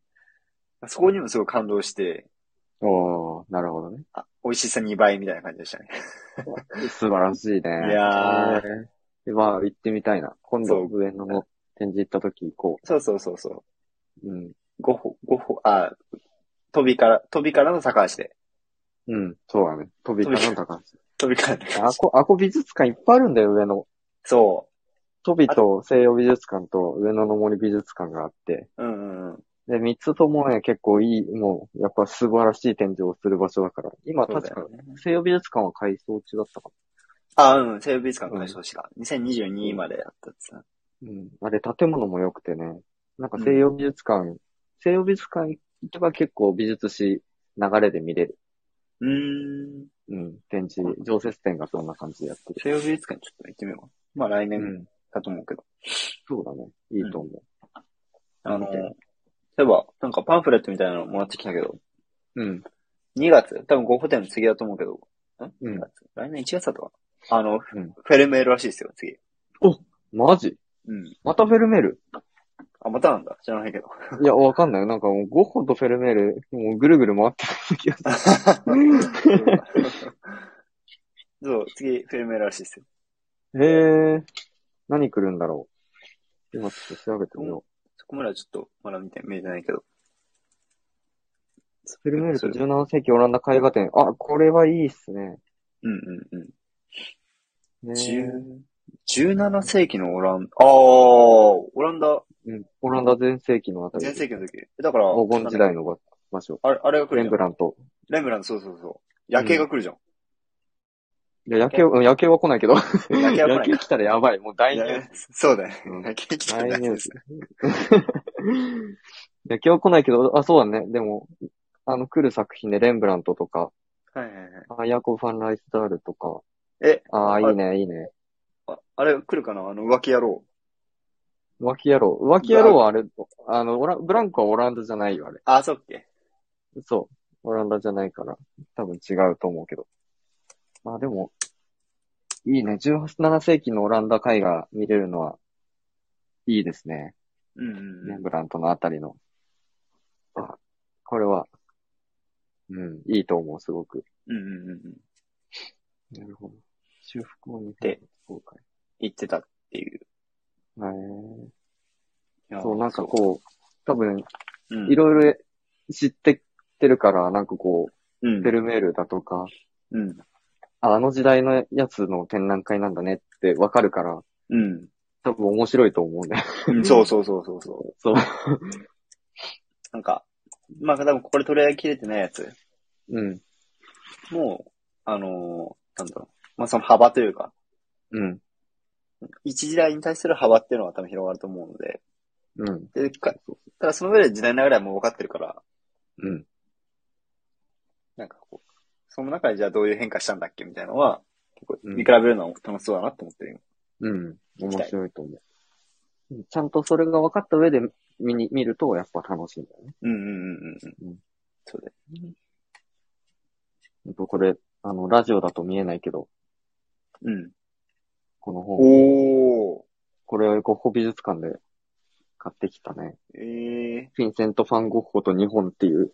B: そこにもすごい感動して、
A: おー、なるほどね。
B: あ美味しさ2倍みたいな感じでしたね。
A: 素晴らしいね。い
B: やー
A: ー。まあ、行ってみたいな。今度、
B: そう
A: 上野の展示行った時行こ
B: そうそうそうそう。
A: う。うん。
B: 5歩、5歩、あ、飛びから、飛びからの高橋で。
A: うん、そうだね。飛び方の高
B: 飛びからの
A: 橋。
B: 高
A: あ
B: 橋。
A: こ、あこ美術館いっぱいあるんだよ、上野。
B: そ
A: 飛びと西洋美術館と上野の森美術館があって。
B: う。うんうんうん。
A: で、三つともね、結構いい、もう、やっぱ素晴らしい展示をする場所だから。今、
B: そう
A: 確
B: だ
A: か
B: よ、ね。
A: 西洋美術館は改装中だったか
B: あ、うん、西武美術館改装した。2022までやったっつな。
A: な。うん。あれ、建物も良くてね。なんか西洋美術館、西洋美術館行けば結構美術史流れで見れる。
B: うーん。
A: うん、展示、常設展がそんな感じでやってる。
B: 西洋美術館ちょっと行ってみようか。まあ来
A: う
B: 年
A: ん、
B: だと思うけど。
A: そうだね。いいと思う。
B: あの、
A: うん
B: 例えば、なんかパンフレットみたいなのもらってきたけど、
A: うん。
B: 2月、多分ゴホテルの次だと思うけど、ん
A: うん
B: ?2 月、来年1月だとかなあの、
A: うん
B: フェルメールらしいですよ、次。
A: マジ
B: うん。
A: またフェルメール
B: あ、またなんだ。知ら ないけど。
A: いや、わかんない。なんかもうゴッホとフェルメール、もうぐるぐる回ってる気がする。
B: そう、次、フェルメールらしいですよ。
A: へえ。何来るんだろう。今ちょっと調べてみよ
B: そこまではちょっと、まだ見て、見えてないけど。
A: う。フェルメールと
B: それ
A: 17世紀オランダ絵画展。あ、これはいいっすね。
B: うんうんうん。
A: ね
B: 十17世紀のオラン、ああ、オランダ、
A: うん、オランダ全盛期のあたり。
B: 前世紀の時。だから、
A: 黄金時代の場所。
B: あれ、あれが来る
A: レ
B: じゃん
A: ンブ。ラント。
B: レンブラント、そうそうそう。夜景が来るじゃん。
A: いや、夜景は、うん夜景は来ないけど。
B: 夜景は来
A: 夜
B: ない
A: 景来たらやばい。もう大
B: い
A: ニュ
B: や
A: ース。
B: そうだよ
A: うん。
B: 夜景来た
A: 大
B: ら大
A: ニ
B: 丈夫
A: ュー
B: で
A: ス
B: す。。
A: いや、今日来ないけど、あ、そうだね。でも、あの、来る作品でレンブラントとか、
B: はいはいはい。
A: あヤコブ・ファン・ライスダールとか、
B: え、
A: ああ、い
B: あ
A: いね、いいね。
B: ああれ来るかなあの浮気野郎。
A: 浮気野郎。浮気野郎はあれ、あの、オラブランコはオランダじゃないよ、あれ。
B: あ、そうっけ
A: そう。オランダじゃないから、多分違うと思うけど。まあでも、いいね。17世紀のオランダ絵画見れるのは、いいですね。
B: うんう
A: レン
B: ん
A: ブラントのあたりの。あ、これは、うん、いいと思う、すごく。
B: うん。うんうんうんうん。
A: なるほど。修復を見
B: て、
A: そうかい。
B: 言ってたっていう。
A: へ
B: い
A: え
B: や
A: そう、なんかこう、多分、
B: う、うん
A: いろいろ知ってってるから、なんかこ
B: う
A: う、
B: ん
A: フェルメールだとか、
B: うん。
A: ああの時代のやつの展覧会なんだねってわかるから、
B: うん。
A: 多分面白いと思うね。
B: うんそうそうそうそうそう。
A: そう。
B: なんか、まあ多分これ取り上げきれてないやつ。
A: うん。
B: もう、あのー、なんだろう。まあその幅というか、
A: うん。
B: 一時代に対する幅っていうのは多分広がると思うので。
A: うん。
B: で、かただその上で時代の流れはもう分かってるから、
A: うん。
B: なんかこう、その中でじゃあどういう変化したんだっけみたいなのは、結構
A: うん
B: 見比べるのは楽しそうだなって思ってる。
A: うん。面白いと思う。うんちゃんとそれが分かった上で見に、見るとやっぱ楽しいんだよね。
B: うんうんうんうん。
A: う
B: うんん、そうだよ。
A: ほんとこれ、あの、ラジオだと見えないけど、
B: うん。
A: この本、
B: おー。
A: これ、ゴッホ美術館で買ってきたね。
B: ええ
A: フィンセント・ファン・ゴッホと日本っていう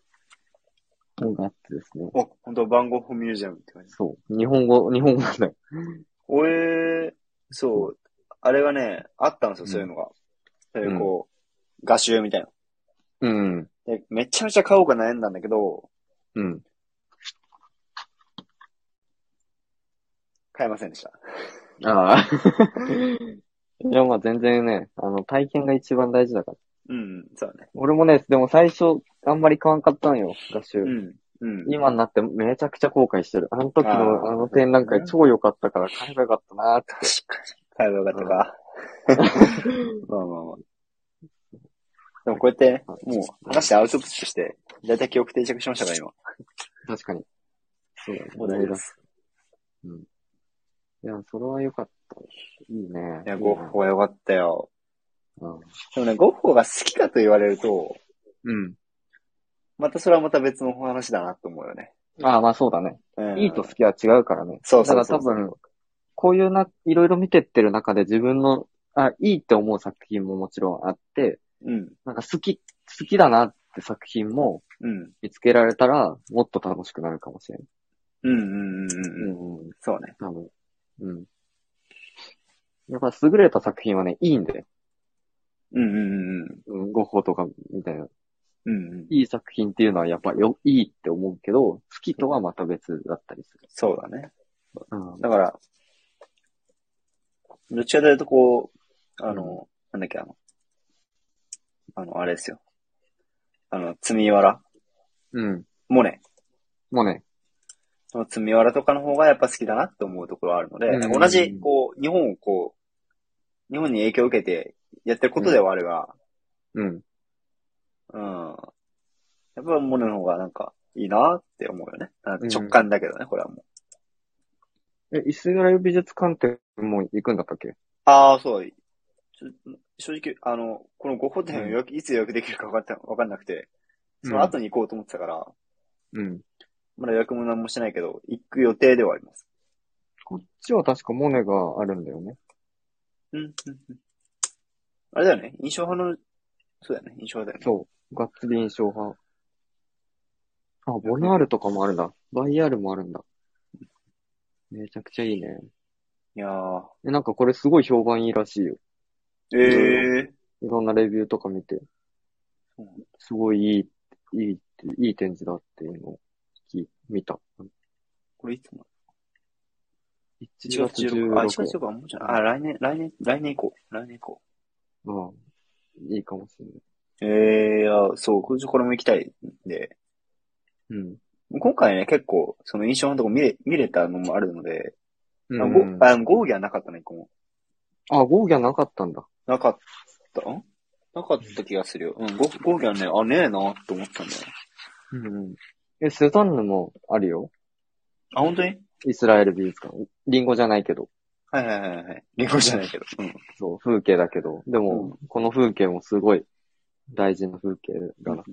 A: 本があってですね。
B: ー。お、本当バンゴッホミュージアムって感じ。
A: そう。日本語、日本語なんだよ。
B: おえー、そう。あれがね、あったんですよ、そういうのが。そういうこう、画集みたいな。
A: うん。
B: で、めちゃめちゃ買おうか悩んだんだけど、
A: うん。
B: 買えませんでした。
A: ああ。いや、まあ全然ね、あの、体験が一番大事だから。
B: うん、そうだね。
A: 俺もね、でも最初、あんまり買わんかったんよ、合集。
B: うん、うん。
A: 今になってめちゃくちゃ後悔してる。あの時
B: あ
A: の
B: ー
A: あの展覧会超良かったから買えばよかったなーって。
B: 買えばよかったか。まあまあまあ。でもこうやって、もう話してアウトプットして、だいたい記憶定着しましたから、今。
A: 確かに。そうだ
B: 大丈
A: ね。
B: 夫です。
A: いや、それは良かった。いいね。
B: いや、ゴッホはよかったよ。
A: うん。
B: でもね、ゴッホが好きかと言われると、
A: うん。
B: またそれはまた別のお話だなと思うよね。
A: ああ、まあそうだね。
B: うん、
A: いいと好きは違うからね。
B: そうそうそ
A: だ
B: う
A: から多分、こういうな、いろいろ見てってる中で自分の、あ、いいって思う作品ももちろんあって、
B: うん、
A: なんか好き、好きだなって作品も
B: うん、
A: 見つけられたら、もっと楽しくなるかもしれない。
B: うん、うん、うん、うん。
A: ん、うん。
B: そうね。
A: 多分。うん。やっぱ優れた作品はね、いいんだよ。
B: うん、うん、うん、
A: うん、ゴッホとかみたいな。
B: うん、うん。
A: いい作品っていうのはやっぱよ、いいって思うけど、好きとはまた別だったりする。
B: そうだね。
A: うん。
B: だから、どっちかというとこう、あの、なんだっけ、あの、あの、あれですよ。あの、積みわら
A: うん。
B: モネ。
A: もうね、
B: その積みわらとかの方がやっぱ好きだなって思うところはあるので、
A: うん
B: 同じ、こう、日本をこう、日本に影響を受けてやってることではあるが、
A: うん。
B: うん。やっぱモネの方がなんか、いいなって思うよね。なんか直感だけどね、これはもう。
A: え、イスラエル美術館ってもう行くんだったっけ
B: ああ、そう。ちょ正直、あの、この5ホテルを予約、いつ予約できるか分かった分かんなくて、その後に行こうと思ってたから、
A: うん。
B: まだ予約も何もしてないけど、行く予定ではあります。
A: こっちは確かモネがあるんだよね。
B: うん、うん、うん。あれだよね、印象派の、そうだよね、印象派だよね。
A: そう。がっつり印象派。あ、ボナールとかもあるんだ。バイアールもあるんだ。めちゃくちゃいいね。
B: いやー
A: え、なんかこれすごい評判いいらしいよ。。
B: ええ
A: いろんなレビューとか見て
B: うん。
A: すごいいい、いいって、いい展示だっていうのを聞い見た。
B: これいつも
A: 1
B: ?1
A: 月
B: 月16日。あ、1月16
A: 16日。
B: 日はもうじゃない。あ、来年、来年、来年行こう。来年行こ
A: うん。いいかもしれ
B: う。ええいや、そう、これこれも行きたいんで。
A: ない。うん。
B: 今回ね、結構、その印象派のとこ見れ、見れたのもあるので、あ
A: うん
B: ごあ合議はなかったね、一個も。
A: あ、ゴーギャンなかったんだ。
B: なかったんなかった気がするよ。うん、ゴゴーギャンね、あ、ねえなって思ったんだよ。
A: うんうん。え、セザンヌもあるよ。
B: あ、本当に
A: イスラエル美術館。リンゴじゃないけど。
B: はいはいはいはい。リンゴじゃないけど。うん。
A: そう、風景だけど。でも、この風景もすごい大事な風景だな。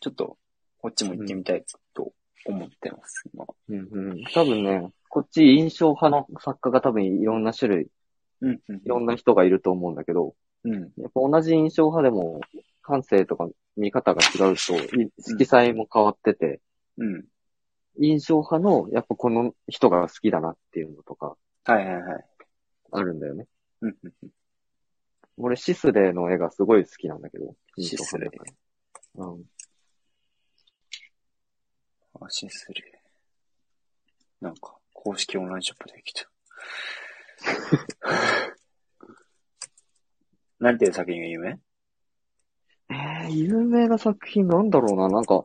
B: ちょっと、こっちも行ってみたいと思ってます、今。
A: うんうん。多分ね、こっち印象派の作家が多分いろんな種類、
B: うん、うん。
A: いろんな人がいると思うんだけど、
B: うん。
A: やっぱ同じ印象派でも感性とか見方が違うと、い色彩も変わってて、
B: うん。
A: 印象派のやっぱこの人が好きだなっていうのとか
B: はいはいはい。
A: あるんだよね。
B: うんうん
A: 俺、シスレーの絵がすごい好きなんだけど。
B: シスレー
A: 印象派だから。うん。
B: 安心する。なんか、公式オンラインショップでき た。なんていう作品が有名
A: えー、有名な作品なんだろうな。なんか、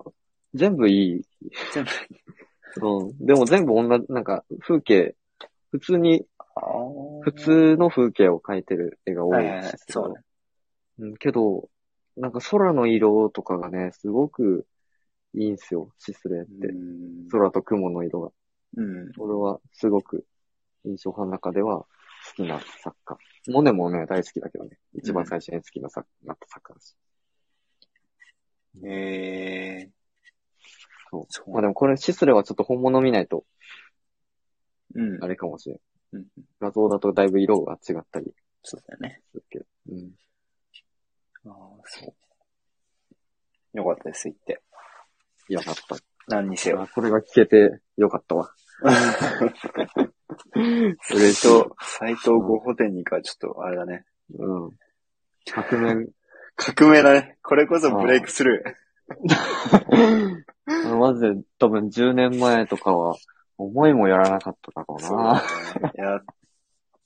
A: 全部いい。
B: 全部。
A: うん。でも全部同じ、なんか、風景、普通に、
B: ああ。
A: 普。通の風景を描いてる絵が多
B: はいいはいはい。そうね。
A: うん、けど、なんか空の色とかがね、すごくいいんすよ、シスレーって。
B: うん
A: 空と雲の色が。
B: うん。
A: 俺はすごく印象派の中では好きな作家。モネもね、大好きだけどね。一番最初に好きな作,、なった作家だし。
B: ええ
A: そう。
B: そう
A: まあでもこれシスレはちょっと本物見ないと
B: うん
A: あ。れかもしれん。
B: うん
A: 画像だとだいぶ色が違ったり
B: そうだよね。
A: だけど。うん。
B: ああ、そう。よかったです、行って。
A: よかった。
B: 何にせよ。
A: あこれが聞けてよかったわ。嬉しい。
B: と、斎藤合法店に行くはちょっと、あれだね。
A: うん。革命、
B: 革命だね。これこそブレイクスルー。
A: あのマジで多分10年前とかは思いもよらなかっただろう
B: そうだ
A: な。
B: ね。いや、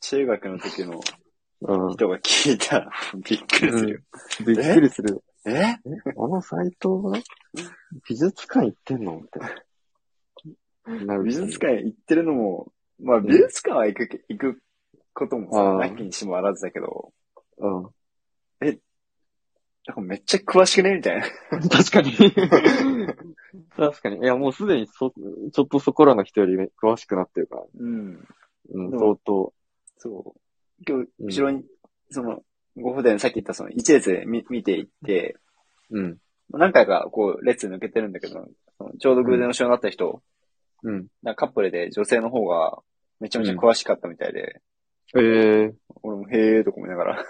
B: 中学の時の
A: うん。
B: 人が聞い たら、びっくりするよ。
A: びっくりする。
B: え
A: えあの斎藤が美術館行ってんのって。なる
B: 美術館行ってるのも、まあ美術館は行くけ、行くことも
A: うん
B: さ、なきにしもあらずだけど、
A: うん。
B: なんかめっちゃ詳しくねみたいな。
A: 確かに。 確かに。いや、もうすでにそ、ちょっとそこらの人よりね詳しくなってるから。
B: うん。
A: うん、
B: で
A: 相
B: も
A: 当。
B: そう。今日、後ろに、その、ご保伝さっき言ったその一列で見見ていって、
A: うん。
B: 何回かこう列抜けてるんだけど、そのちょうど偶然後ろになった人、
A: うん。
B: なんかカップルで女性の方がめちゃめちゃ詳しかったみたいで、
A: ええ
B: 俺もへえーとか思いながら、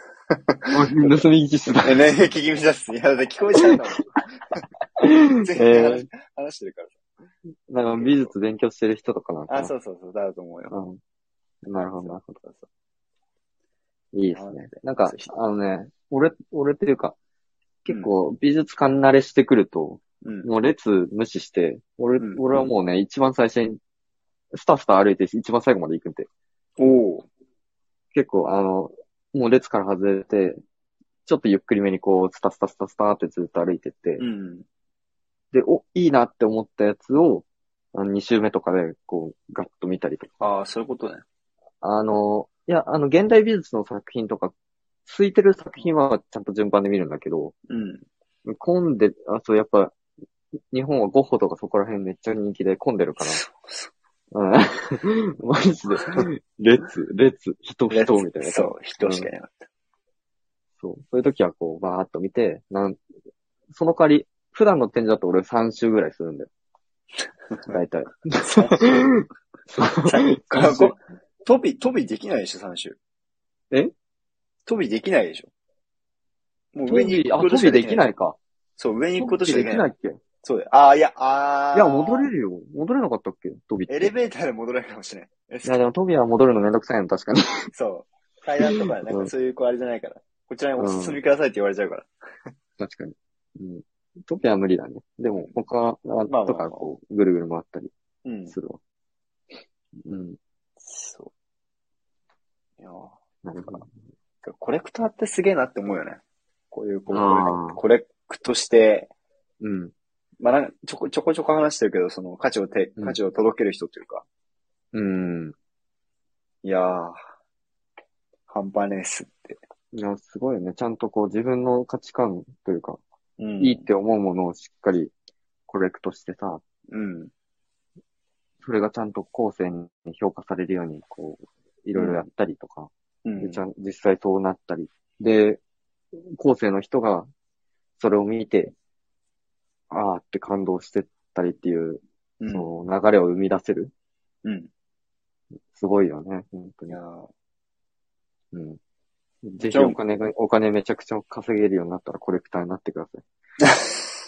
A: ー。盗み聞き して た。
B: え、ね、聞き乱す。いや、だって聞こえちゃうの。全然話,、
A: え
B: 話してるから
A: なんか美術勉強してる人とかなんかな。
B: さ。あ、そうそうそう、だと思うよ。
A: うん。なるほど、なるほど。
B: そうそう
A: いいですね。なんか、あのね、俺、俺っていうか、結構美術館慣れしてくると、
B: うん。
A: もう列無視して、俺、
B: うん
A: 俺はもうね、一番最初に、スタスタ歩いて一番最後まで行くんで、
B: おお。
A: 結構あの、もう列から外れて、ちょっとゆっくりめにこう、スタスタスタスタってずっと歩いてって、
B: うん。
A: で、お、いいなって思ったやつを、あの、2周目とかで、こう、ガッと見たりとか。
B: ああ、そういうことね。
A: あの、いや、あの、現代美術の作品とか、空いてる作品はちゃんと順番で見るんだけど、
B: うん。
A: 混んで、あとやっぱ、日本はゴッホとかそこら辺めっちゃ人気で混んでるから。うん。マジで、列、列、人、人みたいな。
B: そう、人しかいなかった。
A: そう。そういう時はこう、バーっと見て、なん、その代わり、普段の展示だと俺3周ぐらいする んだよ。大体。
B: さ
A: 三周
B: こ飛び、飛びできないでしょ、三種。
A: え
B: 飛びできないでしょ。もう
A: ト
B: 上に
A: ビ、
B: 行
A: あ、
B: くこと
A: ト
B: しか
A: ビ
B: で
A: で
B: きない。
A: きないか。
B: そう、上に行く
A: ト
B: ことしかで
A: ビで
B: き
A: き
B: な。
A: ないいっけい
B: そうだよ。ああ、いや、ああ。
A: や、戻れるよ。戻れなかったっけトビって。
B: エレベーターで戻れるかもしれん。え
A: いや、でもトビは戻るのめんどくさいの、確かに。
B: そう。階段とか、なんかそういう子あれじゃないから。こちらにお進みくださいって言われちゃうから。
A: 確かに。うん。トビは無理だね。でも、他
B: まあまあ
A: とかこう、ぐるぐる回ったり
B: うん。
A: するわ。うん。
B: そう。いや
A: なるほど。
B: コレクターってすげえなって思うよね。こういうこ
A: あ
B: う
A: ー
B: コレクトして、
A: うん。
B: まあなんかちょこちょこちょこ話してるけど、その価値をて、
A: うん
B: 価値を届ける人というか、
A: うん。
B: いやー、半端ねえっすって。
A: いや、すごいよね。ちゃんとこう、自分の価値観というか、
B: うん
A: いいって思うものをしっかりコレクトしてさ、
B: うん。
A: それがちゃんと後世に評価されるように、こう、いろいろやったりとか、
B: うん
A: でちゃん実際そうなったり。で、後世の人がそれを見て、ああって感動してったりっていう、
B: うん。
A: その流れを生み出せる。
B: うん。
A: すごいよね、本当
B: い
A: に
B: や。ー
A: うん。ぜひ
B: じゃあ
A: お金が、お金めちゃくちゃ稼げるようになったらコレクターになってください。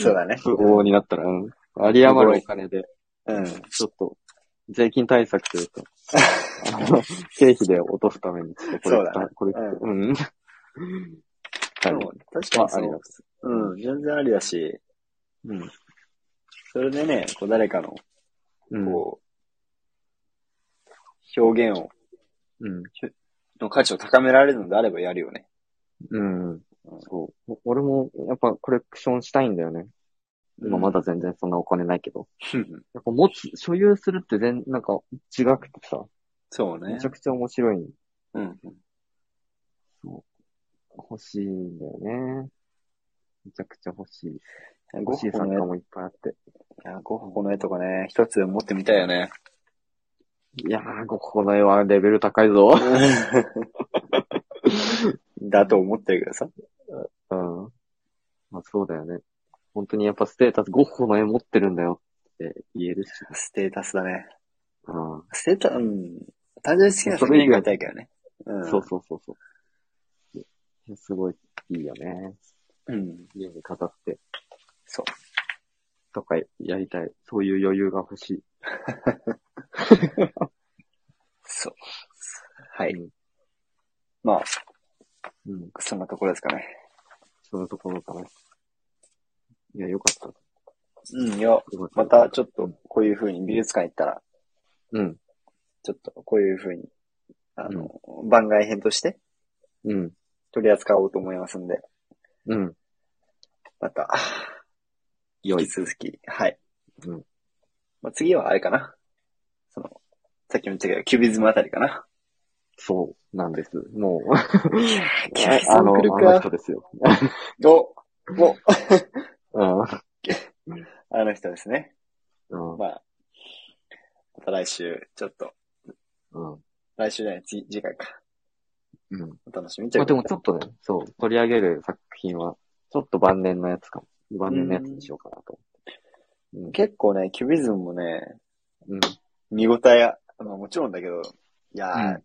B: そうだね。
A: 富豪になったら、うん。有り余るお金で、
B: うん。
A: ちょっと、税金対策とい うか、あの、経費で落とすために、ちょっとこれ、
B: そうだね
A: これ、うん。
B: で
A: はい
B: も、確かにそ
A: あありが
B: の、うん、全然ありだし、
A: うん。
B: それでね、こう誰かの、
A: うん。
B: こう、表現を、
A: うん。
B: の価値を高められるのであればやるよね。
A: うん。そう。お俺も、やっぱコレクションしたいんだよね。今まだ全然そんなお金ないけど。
B: うん。
A: やっぱ持つ、所有するって全、なんか違くてさ、
B: そうね
A: めちゃ。くちゃ面白い。
B: うん。
A: 欲しいんだよね。めちゃくちゃ欲しい。
B: ゴ
A: 欲し
B: ッ
A: い
B: ホ
A: 作
B: の
A: 家
B: 絵、い
A: もいっぱいあって。
B: や、ゴッホの絵とかね、一つ持ってみたいよね。
A: いやー、ここの絵はレベル高いぞ。
B: だと思ってるけどさ。
A: うん。まあそうだよね。本当にやっぱステータス、ゴッホの絵持ってるんだよって言えるし。
B: ステータスだね。
A: うん。
B: ステータス、うん。単純に好きな
A: それ以外
B: だけどね。うん。
A: そうそうそうそう。いやすごい、いいよね。
B: うん。
A: 家に飾って、
B: そう。
A: とかやりたい。そういう余裕が欲しい。
B: そう。はい。
A: うん
B: まあ、
A: うん。
B: そんなところですかね。
A: そのところかな。いや、よかった。
B: うん、いや、
A: よかった
B: またちょっとこういう風に美術館行ったら、
A: うん。
B: ちょっとこういう風に、あの、番外編として
A: うん。
B: 取り扱おうと思いますんで、
A: うん。
B: また、
A: 良
B: 引
A: い
B: き。続き、はい。
A: うん。
B: まあ、次はあれかな。その、さっきも言ったけど、キュビズムあたりかな。
A: そうなんです。 もう、
B: キ ュビズ
A: あの、
B: ム
A: あ
B: 来る
A: の
B: か
A: 人。ですよ。
B: お、お、
A: うん。
B: あの人ですね。
A: うん。
B: まあ、また来週、ちょっと、
A: うん。
B: 来週じゃない、次、次回か。
A: うん。
B: お楽しみとい
A: まあ
B: うこ
A: で
B: と
A: もちょっとね、そう、取り上げる作品は、ちょっと晩年のやつかも。晩年のやつにしようかなと思って。
B: 結構ね、キュビズムもね、
A: うん。うん。
B: 見応えあ、まあもちろんだけど、いやー、
A: うん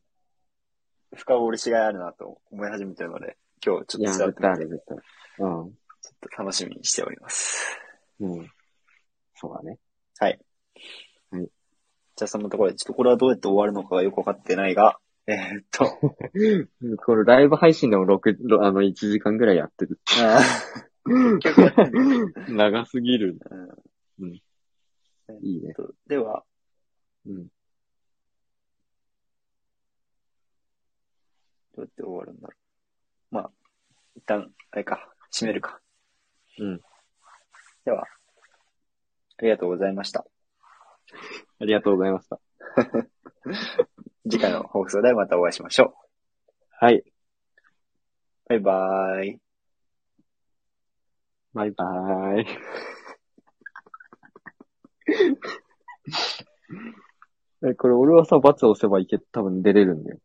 B: 深掘りしがいあるなと思い始めてるので、今日ち
A: い
B: ょ
A: や、
B: っと伝わっ
A: 絶
B: て
A: 対
B: み
A: あ
B: て
A: る、絶対ある。
B: ちょっと楽しみにしております。
A: うん。うん。そうだね。
B: じゃあそのところで、ちょっとこれはどうやって終わるのかがよくわかってないが、えーっと、
A: これライブ配信でも6、あの、1時間ぐらいやってる。
B: あー結局やってんだ
A: 長すぎる。
B: うん
A: いいね。
B: とでは、
A: うん。
B: どうやって終わるんだろう。まあ、一旦、あれか、閉めるか。
A: うん。
B: では、ありがとうございました。
A: ありがとうございました。
B: 次回の放送でまたお会いしましょ
A: はい。
B: う。バイバーイ。
A: バイバーイ。え、これ俺はさ、罰を押せばいけ、多分出れるんだよ。